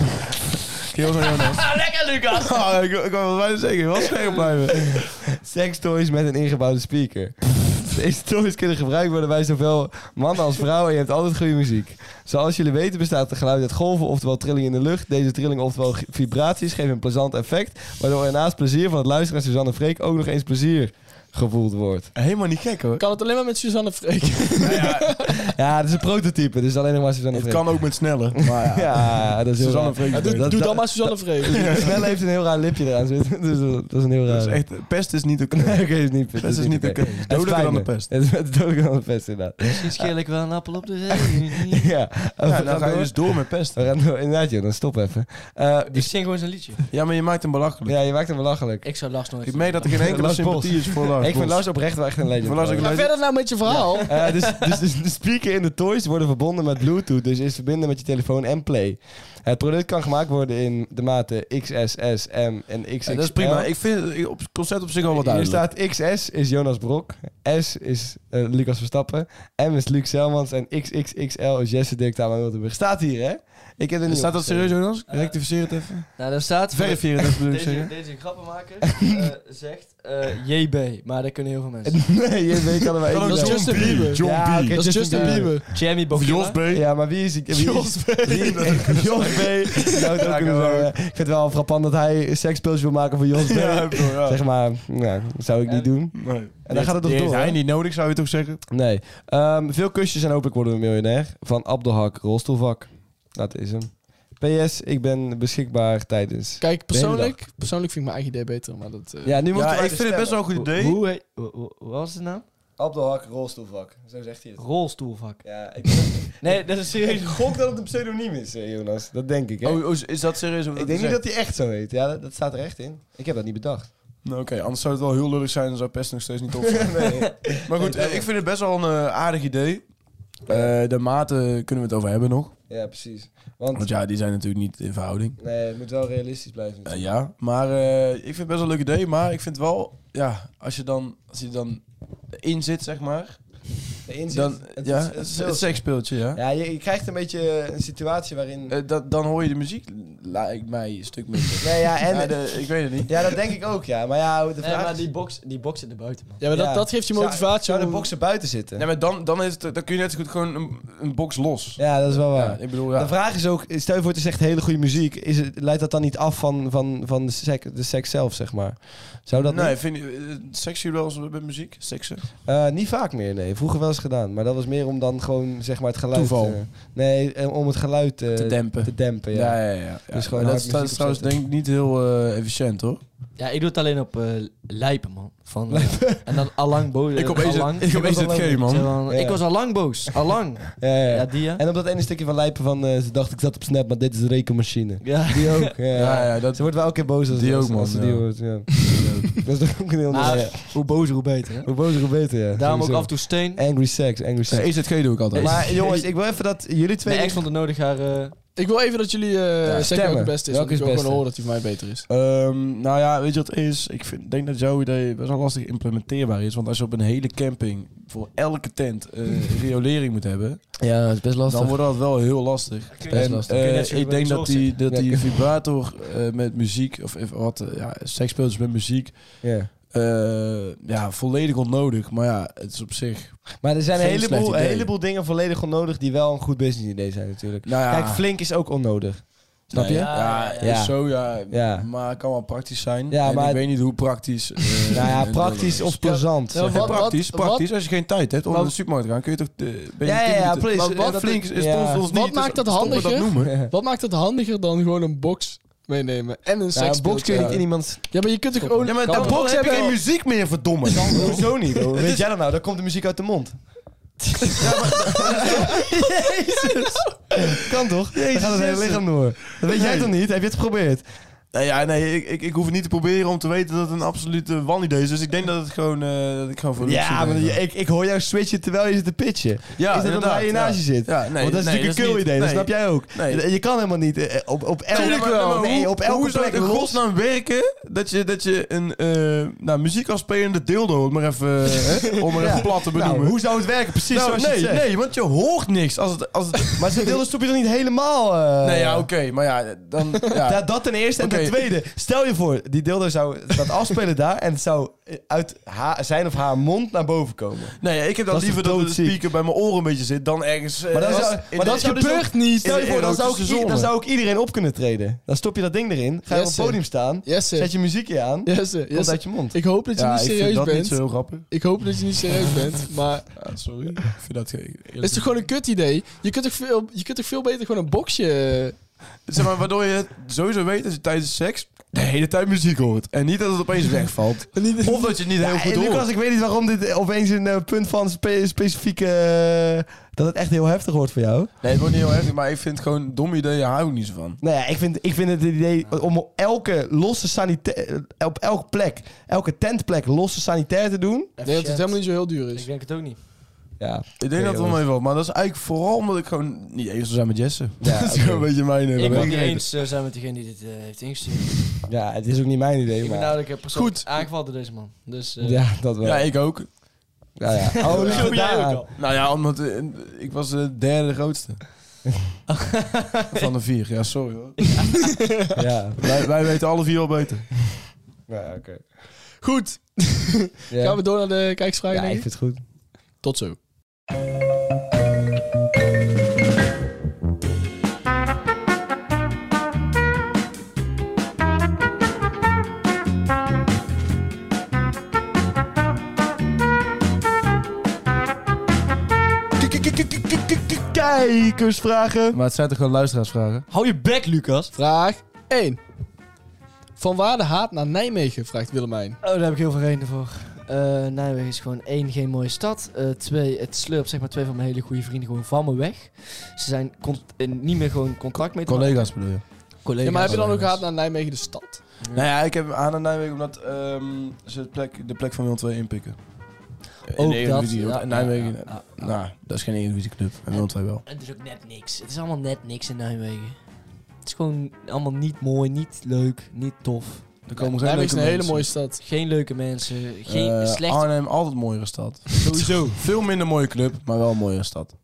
Kerels en Jonas. Lekker, Lucas! Ah, ik, ik wou het bijna zeggen. *laughs* Wel scherp blijven. Sextoys met een ingebouwde speaker. Deze toys kunnen gebruikt worden bij zowel mannen als vrouwen en je hebt altijd goede muziek. Zoals jullie weten bestaat het geluid uit golven, oftewel trilling in de lucht. Deze trilling, oftewel g- vibraties, geven een plezant effect, waardoor er naast plezier van het luisteren naar Suzanne en Freek ook nog eens plezier gevoeld wordt. Helemaal niet gek hoor. Kan het alleen maar met Suzanne Freek? Ja, het is een prototype, dus alleen nog maar Suzanne en Het Freek. kan ook met sneller. Maar ja. Ja, dat is heel Suzanne raar. Freek. Ja, doe dat- doe dat- dan maar Suzanne Freek. *laughs* Snelle heeft een heel raar lipje eraan zitten, *laughs* dus dat, dat is een heel raar. Dat is echt, pest is niet oké. *laughs* Nee, oké, is niet Pest is niet oké. Het Het is is Dodelijker dan de fijner. pest. Het is het is dodelijker dan de pest, inderdaad. Misschien scheel ik wel een appel op de zee. *laughs* Ja, Ja, We dan gaan ga je door. dus door met pest. We gaan door. Inderdaad, joh, dan stop even. Eh, Ik zing gewoon zijn liedje. Ja, maar je maakt hem belachelijk. ja, je maakt hem belachelijk. Ik zou Lars nooit Ik meen dat er geen enkele Lars Bos. sympathie is voor Lars Ik vind Bos. Lars oprecht wel echt een legend. Voor Lars ook trouwens. Maar verder nou met je verhaal. Eh, dus, dus, dus de speaker in de toys worden verbonden met Bluetooth, dus is verbinden met je telefoon en play. Het product kan gemaakt worden in de maten XSS, M en XXL. Ja, dat is prima. Ik vind het op- het concept op zich al wat Hier duidelijk. staat XS is Jonas Brok, S is eh, Lucas Verstappen, M is Luc Selmans en XXXL is Jesse Dirk Wiltenburg. Staat hier, hè? Ik heb er niet Staat dat opgeschreven. serieus, Jonas? Rectificeer het even. Nou, daar staat... Verifieer het even, bedoel ik Deze, zeggen. deze grappenmaker eh, *laughs* zegt eh, JB, maar dat kunnen heel veel mensen. *laughs* Nee, je weet *laughs* kan er maar één ook zijn. John Justin B. Bieber. John Ja, B. oké, Dat is Justin Bieber. Jamie Of Jos Bokilla. B. Ja, maar wie is... Wie Jos B. *laughs* Jos B. Ik zou het ook Nou, kunnen zeggen. Ik vind het wel frappant dat hij een seksspeeltje wil maken voor *laughs* Jos B. Ja, bro, ja. Zeg maar, nou, dat zou ik niet doen. Nee. En dan gaat het toch door, hij hè? niet nodig, zou je toch zeggen? Nee. Ehm, veel kusjes en hopelijk worden we miljonair. Van Abdelhak, rolstoelvak. Dat is hem. PS, ik ben beschikbaar tijdens... Kijk, hele persoonlijk, persoonlijk vind ik mijn eigen idee beter, maar dat... eh, Ja, nu moet Ja, ik vind het best wel een goed idee. Hoe, heet- hoe- hoe- hoe was de naam? Abdelhak, rolstoelvak. Zo zegt hij Rolstoelvak. Ja, ik, *laughs* Nee, dat is serieus. gok dat het een pseudoniem is, eh, Jonas. Dat denk ik, Oh, oh, is dat serieus? om ik te denk niet zeggen? dat hij echt zo heet. Ja, dat, dat staat er echt in. Ik heb dat niet bedacht. Nou, Oké, anders zou het wel heel lullig zijn en zou Pest nog steeds niet op *laughs* zijn. Maar goed, eh, ik vind het best wel een eh, aardig idee. Eh, de maten kunnen we het over hebben nog. Ja, precies. Want Want ja, die zijn natuurlijk niet in verhouding. Nee, het moet wel realistisch blijven. Eh, ja, maar eh, ik vind het best wel een leuk idee. Maar ik vind wel, ja, als je dan, als je dan in zit, zeg maar. Dan, ja, het, is het seksspeeltje, ja. ja, je, je krijgt een beetje een situatie waarin... Eh, dat, dan hoor je de muziek, lijkt mij, een stuk minder. Ja, ja, en... Ja, de- ik weet het niet. ja, dat denk ik ook, ja. Maar ja, de vraag Nee, maar is- die box, die box zit er buiten, man. Ja, maar Ja. Dat, dat geeft je Zou- motivatie. Zou de om- boksen buiten zitten? Nee, maar dan, dan, is het, dan kun je net zo goed gewoon een, een box los. Ja, dat is wel Ja, waar. ik bedoel, ja. De vraag is ook, stel je voor het is echt hele goede muziek, is het, leidt dat dan niet af van, van, van de, sek, de seks zelf, zeg maar? Zou dat nee, niet? vind je eh, seks jullie wel eens met muziek? Seksen? Eh, niet vaak meer, nee. Vroeger wel eens gedaan, maar dat was meer om dan gewoon zeg maar het geluid... Toeval. eh, nee, eh, om het geluid eh, Te dempen. Te dempen, ja. Ja, ja, ja. ja. Dus Dus gewoon gewoon dat hard is trouw- muziek trouwens denk ik niet heel eh, efficiënt, hoor. *laughs* Ja, ik doe het alleen op eh, lijpen, man. Van, eh, *laughs* en dan allang boos. Eh, Ik opeens, allang. ik opeens was het al G, Zo man. van, Ja. Ik was allang boos. Allang. Ja, ja. Ja, die ja. En op dat ene stukje van Lijpen van, eh, ze dacht ik zat op Snap, maar dit is de rekenmachine. Ja. Die ook. *laughs* *laughs* Ja, Ja, ja, dat Ze wordt wel elke keer boos als, Die als, ook, man, als ze die ja. hoort. *laughs* Ja. Dat is toch ook een heel Maar ander- Hoe bozer, hoe beter. Hè? Hoe bozer, hoe beter, ja. Nou, Daarom ook Sowieso. af en toe steen. Angry sex, angry Ja, sex. EZG doe ik altijd. Maar jongens, ik wil even dat jullie twee... Mijn ex vond het nodig haar... eh, Ik wil even dat jullie eh, zeggen stemmen. welke het beste is. Welke want ik is wil beste? gewoon horen dat die van mij beter is. Ehm, nou ja, weet je wat het is? Ik vind, denk dat jouw idee best wel lastig implementeerbaar is. Want als je op een hele camping voor elke *laughs* tent eh, riolering moet hebben, ja, het is best dan wordt dat wel heel lastig. Best En, lastig. eh, Kun je net zo ik goed denk bij dat een die, dat Ja, die kun- vibrator eh, met muziek, of even wat, eh, ja, seksspeeltjes met muziek, Ja. eh, ja, volledig onnodig. Maar ja, het is op zich... Maar er zijn een Geen slecht heleboel, een idee. heleboel dingen volledig onnodig die wel een goed business idee zijn natuurlijk. Nou ja, Kijk, flink is ook onnodig. Snap Nee, je? Ja, ja, Ja. is zo ja, Ja. Maar het kan wel praktisch zijn. Ja, en maar- ik weet niet hoe praktisch... eh, *laughs* Nou ja, en praktisch dat is. of plezant. Ja, zeg wat- maar. Praktisch, wat- praktisch. Als je geen tijd hebt om Maar- naar de supermarkt te gaan, kun je toch... eh, ben je Ja, ja, tien ja, minuten- please, Maar eh, wat dat- flink is, is ja. ons niet. Wat dus maakt dat stop met handiger? Dat noemen. Ja. Wat maakt het handiger dan gewoon een box meenemen en een Nou, seks? een box kun je niet in iemands... Ja, maar je kunt toch ook... Ja, maar Kan dat wel. box heb je Heb je geen al- muziek meer, verdomme. Hoezo niet? Hoe Weet jij dat nou? Dan komt de muziek uit de mond. Jezus. Kan toch? Dan gaat het hele lichaam door. Dat weet jij toch niet? Heb je het geprobeerd? Nee, ja, nee ik, ik, ik hoef het niet te proberen om te weten dat het een absolute wanidee is. Dus ik denk dat het gewoon, eh, dat ik gewoon voor Luxor Ja, ben. maar je- ik, ik hoor jou switchen terwijl je zit te pitchen. Ja, is dat omdat inderdaad, hij je naast je ja. zit? Ja, nee, Want dat is nee, natuurlijk dat een is kul idee, dat niet- snap jij ook. nee. Je- Je kan helemaal niet eh, op, op elke, Nou, Tuurlijk wel. nee, hoe, op elke hoe zou plek het in los. godsnaam werken dat je, dat je een eh nou, muziek als spelende dildo, om het maar *laughs* even, eh, om maar even plat te Nou, benoemen. hoe zou het werken? Precies Nou, zoals je nee, het zegt. nee, want je hoort niks. Als het, als het, *laughs* Maar zo'n dildo stop je er niet helemaal... eh, *laughs* nee, ja, oké, maar ja, *laughs* dan... Ja. Ja, dat ten eerste. En ten Oké. tweede, stel je voor, die dildo zou dat afspelen daar en het zou uit haar, zijn of haar mond naar boven komen. nee, ik heb dan Dat is liever toch dat de doodziek? speaker bij mijn oren een beetje zit dan ergens... eh, Maar, dan als- zou, in- maar dat zou dus gebeurt ook- niet. Stel je in de voor, dan zou, ik, erotische i- dan zone. zou ik iedereen op kunnen treden. Dan stop je dat ding erin, ga je op Yes, het sir. podium staan, Yes, sir. zet je muziekje aan, Yes, sir. komt Yes, uit je mond. Ik hoop dat je Ja, niet ik vind serieus dat bent. niet zo heel grappig. Ik hoop dat je niet serieus *laughs* bent, maar sorry. Ik vind dat... het is toch gewoon een kut idee? Je kunt toch veel, je kunt toch veel beter gewoon een boxje... Zeg maar, waardoor je sowieso weet dat je tijdens seks de hele tijd muziek hoort. En niet dat het opeens wegvalt. of dat je het niet heel goed en hoort. Lucas, ik weet niet waarom dit opeens een eh, punt van spe- specifieke... eh, dat het echt heel heftig wordt voor jou. Nee, het wordt niet heel heftig, maar ik vind het gewoon een dom idee. Daar hou ik niet zo van. Nou ja, ik vind, ik vind het idee om op elke losse sanitair... Op elke plek, elke tentplek losse sanitair te doen... Ik denk dat het helemaal niet zo heel duur is. Ik denk het ook niet. Ja, Ik denk dat het wel meevalt, maar dat is eigenlijk vooral omdat ik gewoon niet even zo zijn met Jesse. Ja, *laughs* dat is oké. gewoon een beetje mijn... eh, ik bewerking. ben niet eens eh, zijn met degene die dit eh, heeft ingestuurd. ja, het is ook niet mijn idee, Ik ben maar... namelijk eh, persoonlijk Goed. aangevallen door deze man. Dus eh, ja, dat wel. Ja, Ja, ik ook. ja. Oh, ligt het daaraan? Nou ja, omdat eh, ik was de derde grootste. van de vier, ja sorry hoor. Ja, wij, wij weten alle vier al beter. ja oké. Goed, Ja. gaan we door naar de kijksvragen? Ja, ik denk vind ik? het goed. Tot zo. Kijkersvragen. Maar het zijn toch gewoon luisteraarsvragen? Hou je bek, Lucas. Vraag 1. Van waar de haat naar Nijmegen, vraagt Willemijn. Oh, daar heb ik heel veel redenen voor. Eh, Nijmegen is gewoon één, geen mooie stad. Eh, twee, het slurpt zeg maar twee van mijn hele goede vrienden gewoon van me weg. Ze zijn con- eh, niet meer gewoon contract mee te maken. Collega's bedoel je? Collega's. Ja, maar heb je dan ook Collega's. haat naar Nijmegen de stad? Nou ja, ik heb aan naar Nijmegen omdat ehm, ze de plek, de plek van Willem 2 inpikken. Ook de dat, Eredivisie, want ja, Nijmegen, ja, ja, ja. nou, dat is geen Eredivisieclub. En Willem 2 wel. Het is ook net niks. Het is allemaal net niks in Nijmegen. Het is gewoon allemaal niet mooi, niet leuk, niet tof. Er komen geen Nijmegen leuke is een hele mensen. mooie stad. Geen leuke mensen, geen Eh, slecht... Arnhem, altijd een mooiere stad. *laughs* Sowieso. Veel minder mooie club, maar wel een mooiere stad.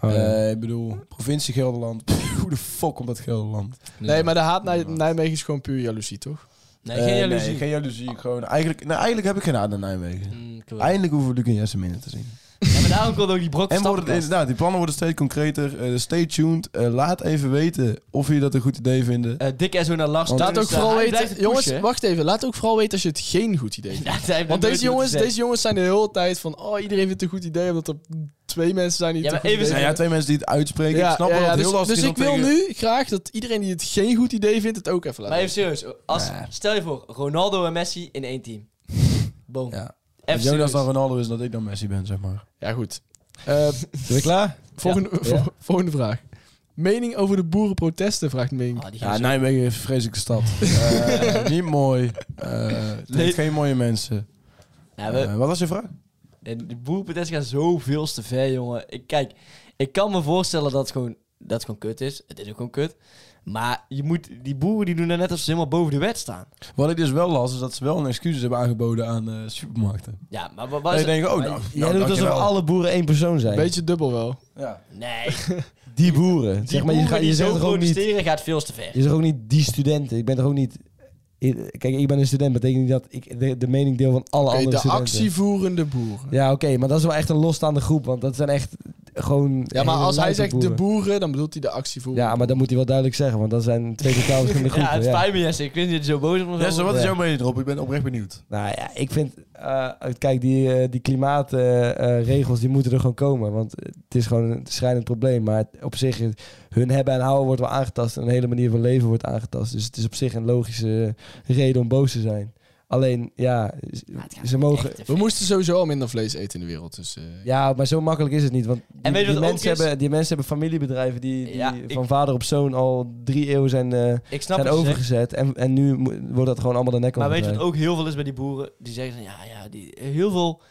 Oh, Eh, ik bedoel, provincie Gelderland. *laughs* Pff, Hoe de fuck komt dat Gelderland? Nee, maar de haat naar Nijmegen is gewoon puur jaloezie, toch? Nee, geen Eh, jaloezie. Nee, geen jaloezie. Gewoon, eigenlijk, nou, eigenlijk heb ik geen haat naar Nijmegen. Mm, klopt. Eindelijk hoeven we Luc en Jesse minder te zien. Ja, maar daarom kon ook die brok En wordt het inderdaad, die plannen worden steeds concreter. Eh, stay tuned. Eh, laat even weten of jullie dat een goed idee vinden. Dik Eh, en zo naar Lars. Laat ook vooral weten... Jongens, wat *laughs* wacht even. Laat ook vooral weten als je het geen goed idee vindt. Want deze jongens, dus deze jongens zijn de hele tijd van... Oh, iedereen vindt het een goed idee, omdat er twee mensen zijn die het Ja, een maar goed even idee Nou zijn- ja, twee mensen die het uitspreken. Ja, ik snap ja, wel ja, dat het dus, heel lastig dus is ik om wil tegen- nu graag dat iedereen die het geen goed idee vindt, het ook even laat Maar even weten. serieus. Als, Nee. Stel je voor, Ronaldo en Messi in één team. Boom. Ja. Even Dat Jonas serieus. dan Ronaldo is en dat ik dan Messi ben, zeg maar. Ja, goed. Eh, Zijn we klaar? volgende, *laughs* Ja. volgende vraag. Mening over de boerenprotesten, vraagt Mink. Ah, die Ja, nou- gaan zo- Nijmegen is een vreselijke stad. *laughs* Eh, niet mooi. Eh het heeft geen mooie mensen. Ja, we- Eh, wat was je vraag? en de boerenprotesten gaan zoveel te ver, jongen. Ik, kijk, ik kan me voorstellen dat het gewoon, dat het gewoon kut is. Het is ook gewoon kut. Maar je moet, die boeren die doen dan net alsof ze helemaal boven de wet staan. Wat ik dus wel las, is dat ze wel een excuses hebben aangeboden aan eh, supermarkten. Ja, maar wa- Dat waar je is het- denkt, oh, nou, maar- nou Jij doet alsof dankjewel. alle boeren één persoon zijn. Beetje dubbel wel. Ja. Nee, die boeren. zeg maar, je, boeren ga, je die zegt zo toch ook niet... protesteren gaat veel te ver. Je zegt ook niet die studenten. Ik ben toch ook niet... ik- Kijk, ik ben een student. betekent niet dat ik de, de mening deel van alle Oké, andere de studenten. actievoerende boeren. Ja, Ja, oké. maar dat is wel echt een losstaande groep. Want dat zijn echt gewoon... maar hele als hij lijpe zegt de boeren. boeren, dan bedoelt hij de actievoerende. Ja, maar dat moet hij wel duidelijk zeggen. Want dat zijn twee totaal *laughs* *laughs* verschillende Ja, groepen. het spijt me, Jesse. Ik weet niet dat je zo boos op Jesse, wat is Ja. jouw mening erop? Ik ben oprecht benieuwd. Nou ja, ik vind, eh, kijk, die, eh, die klimaatregels die moeten er gewoon komen. Want het is gewoon een schrijnend probleem. Maar het- op zich, is- hun hebben en houden wordt wel aangetast. En een hele manier van leven wordt aangetast. Dus het is op zich een logische reden om boos te zijn. Alleen, ja, z- het gaat ze niet mogen... echt te We veel. moesten sowieso al minder vlees eten in de wereld. Dus, eh, Ja, maar zo makkelijk is het niet. Want die, weet je die wat ook mensen, is? hebben, die mensen hebben familiebedrijven die, die Ja, van ik- vader op zoon al drie eeuwen zijn, eh, Ik snap zijn het. zeg. overgezet. En, en nu mo- wordt dat gewoon allemaal de nek Maar weet je wat omgedraaid. ook heel veel is bij die boeren? Die zeggen van, ja, ja, die, heel veel...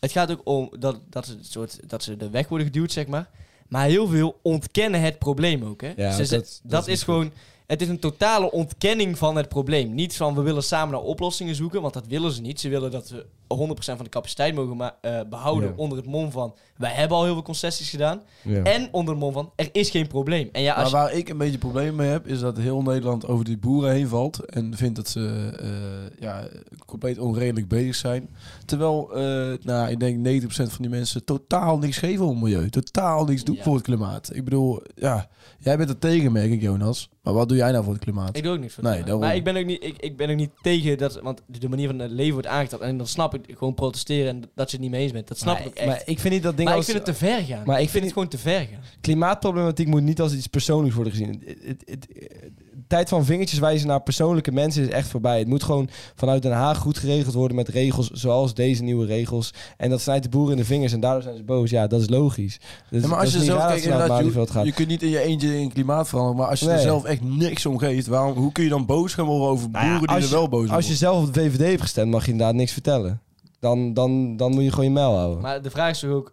Het gaat ook om dat, dat, ze, het soort, dat ze de weg worden geduwd, zeg maar. Maar heel veel ontkennen het probleem ook, hè. Ja, Ze dat- ze- dat is is, niet gewoon... Het is een totale ontkenning van het probleem. Niet van, we willen samen naar oplossingen zoeken, want dat willen ze niet. Ze willen dat we 100% van de capaciteit mogen ma- eh, behouden Ja. onder het mom van... Wij hebben al heel veel concessies gedaan. Ja. En onder het mom van, er is geen probleem. En ja, als Maar je- waar ik een beetje problemen mee heb, is dat heel Nederland over die boeren heen valt. En vindt dat ze eh, ja, compleet onredelijk bezig zijn. Terwijl, eh, nou, ik denk 90% van die mensen totaal niks geven om het milieu. Totaal niks doen Ja. voor het klimaat. Ik bedoel, ja, jij bent er tegen, merk ik, Jonas. Maar wat doe jij nou voor het klimaat? Ik doe ook niks voor Nee, het klimaat. daarom. Maar ik ben, ook niet, ik, ik ben ook niet tegen dat, want de manier van het leven wordt aangetast. En dan snap ik gewoon protesteren en dat je het niet mee eens bent. Dat snap maar, ik ook echt. maar Maar, ik vind niet dat ik, dingen als... vind het te ver gaan. Maar ik, ik vind vind- het gewoon te ver gaan. Klimaatproblematiek moet niet als iets persoonlijks worden gezien. Het, het, het- het- tijd van vingertjes wijzen naar persoonlijke mensen is echt voorbij. Het moet gewoon vanuit Den Haag goed geregeld worden met regels zoals deze nieuwe regels. En dat snijdt de boeren in de vingers en daardoor zijn ze boos. Ja, dat is logisch. Dat, Ja, maar dat als je is niet zelf raar kijkt, dat ze naar het inderdaad, Malieveld je, gaat. je kunt niet in je eentje in klimaat veranderen. Maar als je er Nee. zelf echt niks om geeft, waarom, hoe kun je dan boos gaan worden over Nou ja, boeren die als er je- wel boos om Als je worden? zelf op de VVD hebt gestemd, mag je inderdaad niks vertellen. Dan, dan, dan moet je gewoon je mijl houden. Maar de vraag is toch ook,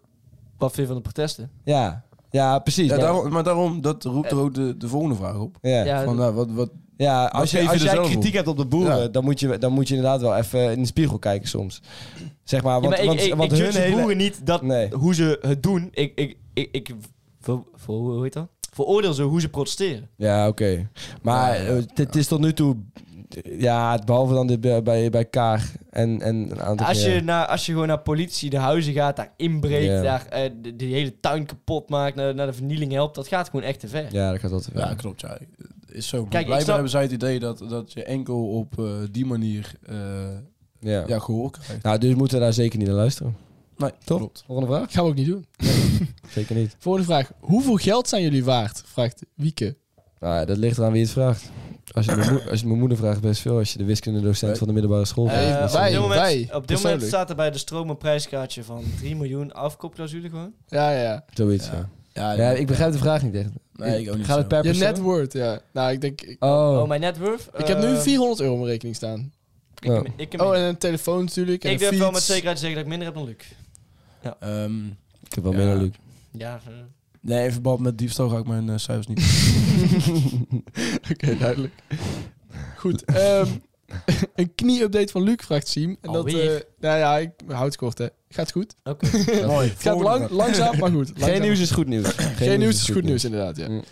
wat vind je van de protesten? ja. ja, precies. Ja, Maar- daarom, maar daarom, dat roept er ook de, de volgende vraag op. ja. Ja. Ja, Van, nou, wat, wat, als, geef je, je als er jij zelf kritiek op? hebt op de boeren, Ja. dan, moet je, dan moet je inderdaad wel even in de spiegel kijken soms. Zeg maar, Ja, want, maar ik, want, ik, want ik hun judge de hele... boeren niet dat, Nee. hoe ze het doen. Ik, ik, ik, ik voor, voor- hoe heet dat? veroordeel ze hoe ze protesteren. Ja, oké. Maar eh, het het is tot nu toe... Ja, behalve dan dit bij- bij, bij Kaag en, en een aantal Als je, keren. naar, als je gewoon naar politie, de huizen gaat, daar inbreekt, eh, Ja. daar eh, de, de hele tuin kapot maakt, naar, naar de vernieling helpt, dat gaat gewoon echt te ver. Ja, dat gaat altijd Ja, klopt. Ja. Is zo. Kijk, Kijk, ik Blijkbaar snap- hebben zij het idee dat, dat je enkel op eh, die manier eh Ja. ja, gehoor krijgt. Nou, dus moeten we daar zeker niet naar luisteren. Nee, Toch? klopt. Volgende vraag? gaan we ook niet doen. Zeker niet. Volgende vraag. Hoeveel geld zijn jullie waard? Vraagt Wieke. Nou, ja, dat ligt eraan wie het vraagt. Als je, mijn moe- als je mijn moeder vraagt, best veel. Als je de wiskundedocent van de middelbare school Eh, vraagt. wij- dat is- op dit moment, wij, op dit moment persoonlijk. staat er bij de stroom een prijskaartje van 3 miljoen afkoopclausule gewoon. Ja, ja, ja. Zoiets, ja. Ja, Ja, ik begrijp de vraag niet echt. Nee, ik ook niet Gaat het zo. per Je persoon? net woord, ja. Nou, ik denk... Ik, Oh, Oh, mijn net worth? ik heb nu Eh, 400 euro op mijn rekening staan. Ik, Ja. ik, ik, Oh, en een telefoon natuurlijk. En ik een durf wel met fiets. *laughs* zekerheid te zeggen dat ik minder heb dan Luc. Ehm, ik heb wel Ja. minder Luc. Ja, eh, nee, in verband met diefstal ga ik mijn eh, cijfers niet. *laughs* Oké, duidelijk. Goed. ehm, *laughs* een knie-update van Luc, vraagt Siem. En dat, eh Alweer? nou ja, ik houd het kort, hè. Gaat goed. oké. Mooi. Het gaat lang, langzaam, maar *laughs* goed. Langzaam. Geen nieuws is goed nieuws. Geen, Geen, nieuws is goed nieuws, inderdaad. Ja. Mm.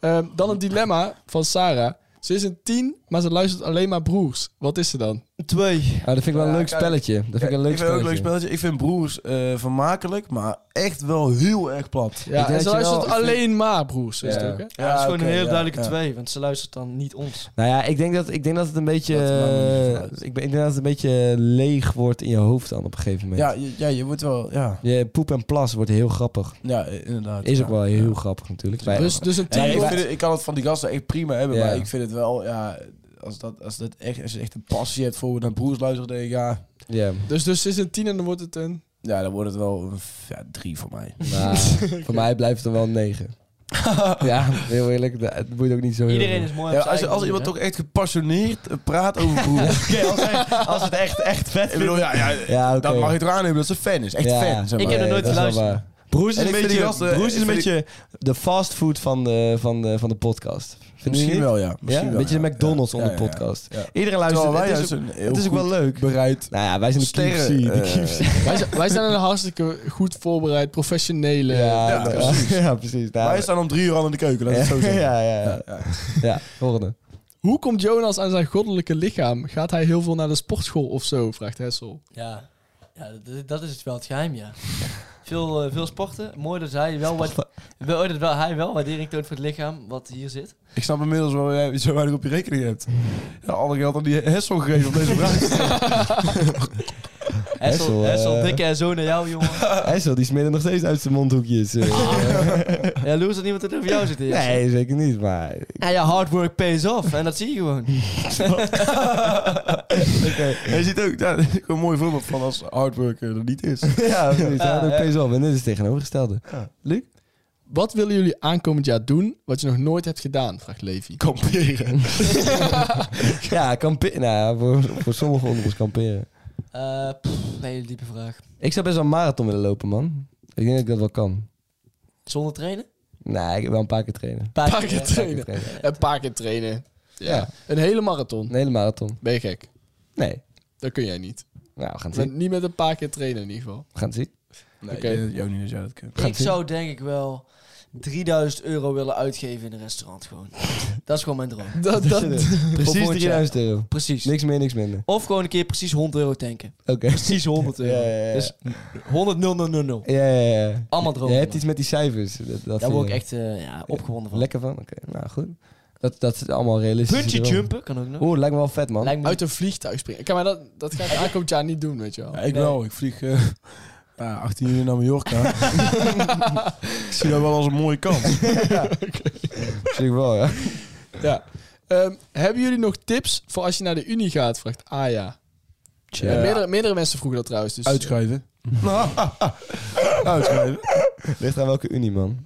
Ehm, dan een dilemma van Sarah. Ze is een tien, maar ze luistert alleen maar broers. Wat is ze dan? Twee. Ah, dat vind ik wel een Ja, leuk kijk. spelletje. Dat vind ik een leuk ik vind ook een leuk spelletje. spelletje. Ik vind broers eh, vermakelijk, maar echt wel heel erg plat. denk Ja, en dat ze je luistert wel- alleen maar broers. Is het Ja. ook, hè? Ja, dat is gewoon oké, een heel ja, duidelijke ja. twee, want ze luistert dan niet ons. Nou ja, ik denk dat, ik denk dat het een beetje... Dat maakt me niet eh, uit. ik, ben, ik denk dat het een beetje leeg wordt in je hoofd dan op een gegeven moment. Ja, je, ja, je wordt wel... Ja, Je poep en plas wordt heel grappig. ja eh, inderdaad. Is ja. ook wel heel Ja. grappig natuurlijk. Dus, dus een Ja, tien. ik, wordt- vind het- ik kan het van die gasten echt prima hebben, Ja. maar ik vind het wel, ja, als, dat, als, dat echt, als je echt een passie hebt voor naar broers luisteren, denk ik, ja, Ja. dus, dus ze is een tien en dan wordt het een... ja dan wordt het wel een f- ja, drie voor mij. Nou, *laughs* voor mij blijft het wel een *laughs* 9. ja, heel eerlijk. dat- Het moet ook niet zo heel Iedereen is mooi Ja, op zijn als, als eigen iemand manier, toch echt gepassioneerd eh, praat over broers. hè. Oké, als hij- als het echt, echt vet ik bedoel, ja, ja, Ja, oké. dat mag je toch aannemen dat ze fan is. Echt Ja. fan, zeg Ik maar. heb er nooit dat is wel geluisterd. waar. Broers is En een ik vind beetje, die gasten- broers is een ik vind die- beetje de fastfood van de, van de, van de podcast. Vind je Misschien niet? wel, ja. Ja, Misschien een wel, beetje ja. de McDonald's Ja, onder ja, ja. podcast. Ja. Iedereen luistert. Terwijl wij het is, ook, juist een heel het is ook wel goed leuk. bereid. Nou ja, wij zijn de Sterren, KFC. De eh, KFC. *laughs* Wij, zijn- wij zijn een hartstikke goed voorbereid, professionele... ja, ja, nou, precies. ja, precies. Nou, Wij staan om drie uur al in de keuken, laat ik het *laughs* zo ja, *laughs* zeggen. ja, ja, ja. Ja, volgende. Hoe komt Jonas aan zijn goddelijke lichaam? Gaat hij heel veel naar de sportschool of zo? Vraagt Hessel. Ja, ja dat, dat is het wel het geheim, ja. veel, eh, veel sporten. Mooi dat hij wel, wat, wel, dat wel, hij wel waardering toont voor het lichaam wat hier zit. Ik snap inmiddels waarom jij zo weinig op je rekening hebt. Ja, alle geld aan die Hessel gegeven op deze vraag. *laughs* Hessel, Hessel, eh, Hessel dikke en zo naar jou, jongen. *laughs* IJssel, die smeren nog steeds uit zijn mondhoekjes. eh. ja, Loes, dat niemand het over Oh, jou zit hier. nee, zeker niet. Maar *laughs* Ja, ja, hard work pays off. En dat zie je gewoon. En je ziet ook, *laughs* daar is ook een mooi voorbeeld van als hardwork er niet is. *laughs* ja, precies. Hij had ook pees op. En dit is het tegenovergestelde. Luc? Wat willen jullie aankomend jaar doen wat je nog nooit hebt gedaan? Vraagt Levi. *laughs* Kamperen. Ja, kamperen. Nou, voor, voor sommigen onder ons kamperen. Eh, pff, een hele diepe vraag. Ik zou best wel een marathon willen lopen, man. Ik denk dat ik dat wel kan. Zonder trainen? Nee, ik heb wel een paar keer trainen. Paar Paar keer Een paar keer trainen. trainen. Een paar keer trainen. Ja. Ja. Een hele marathon. Een hele marathon. Ben je gek? Nee. Dat kun jij niet. Nou, we gaan het Met, zien. niet met een paar keer trainen in ieder geval. We gaan het zien. Nee, Oké. ik denk dat jou niet dat jij dat kunt. Ik zou denk ik wel 3000 euro willen uitgeven in een restaurant gewoon. dat is gewoon mijn droom. Dat, dat, Precies volgend jaar. 3000 euro. Precies. Niks meer, niks minder. Of gewoon een keer precies 100 euro tanken. *laughs* Oké. Precies 100 euro. Ja, ja, ja. Dus 100 000 000. Ja, ja, ja. Allemaal Je dromen. hebt iets met die cijfers. Dat, dat Daar vind word ik je echt eh, ja, opgewonden van. lekker van. Oké, nou goed. Dat, dat is allemaal realistisch. Puntje jumpen kan ook nog. Oeh, lijkt me wel vet, man. Lijkt me Uit een vliegtuig springen. Kijk, maar dat, dat ga ik aankomend jaar niet doen, weet je wel. Ja, ik wel. Ik vlieg eh, *laughs* ja, 18 uur naar *laughs* Mallorca. ik zie dat wel als een mooie kans. Natuurlijk wel, ja. Ja. *laughs* Ehm, hebben jullie nog tips voor als je naar de Unie gaat? Vraagt Aya. Tja. Eh, meerdere, meerdere mensen vroegen dat trouwens. Dus, *laughs* Uitschrijven. *laughs* Uitschrijven. Ligt aan welke unie, man.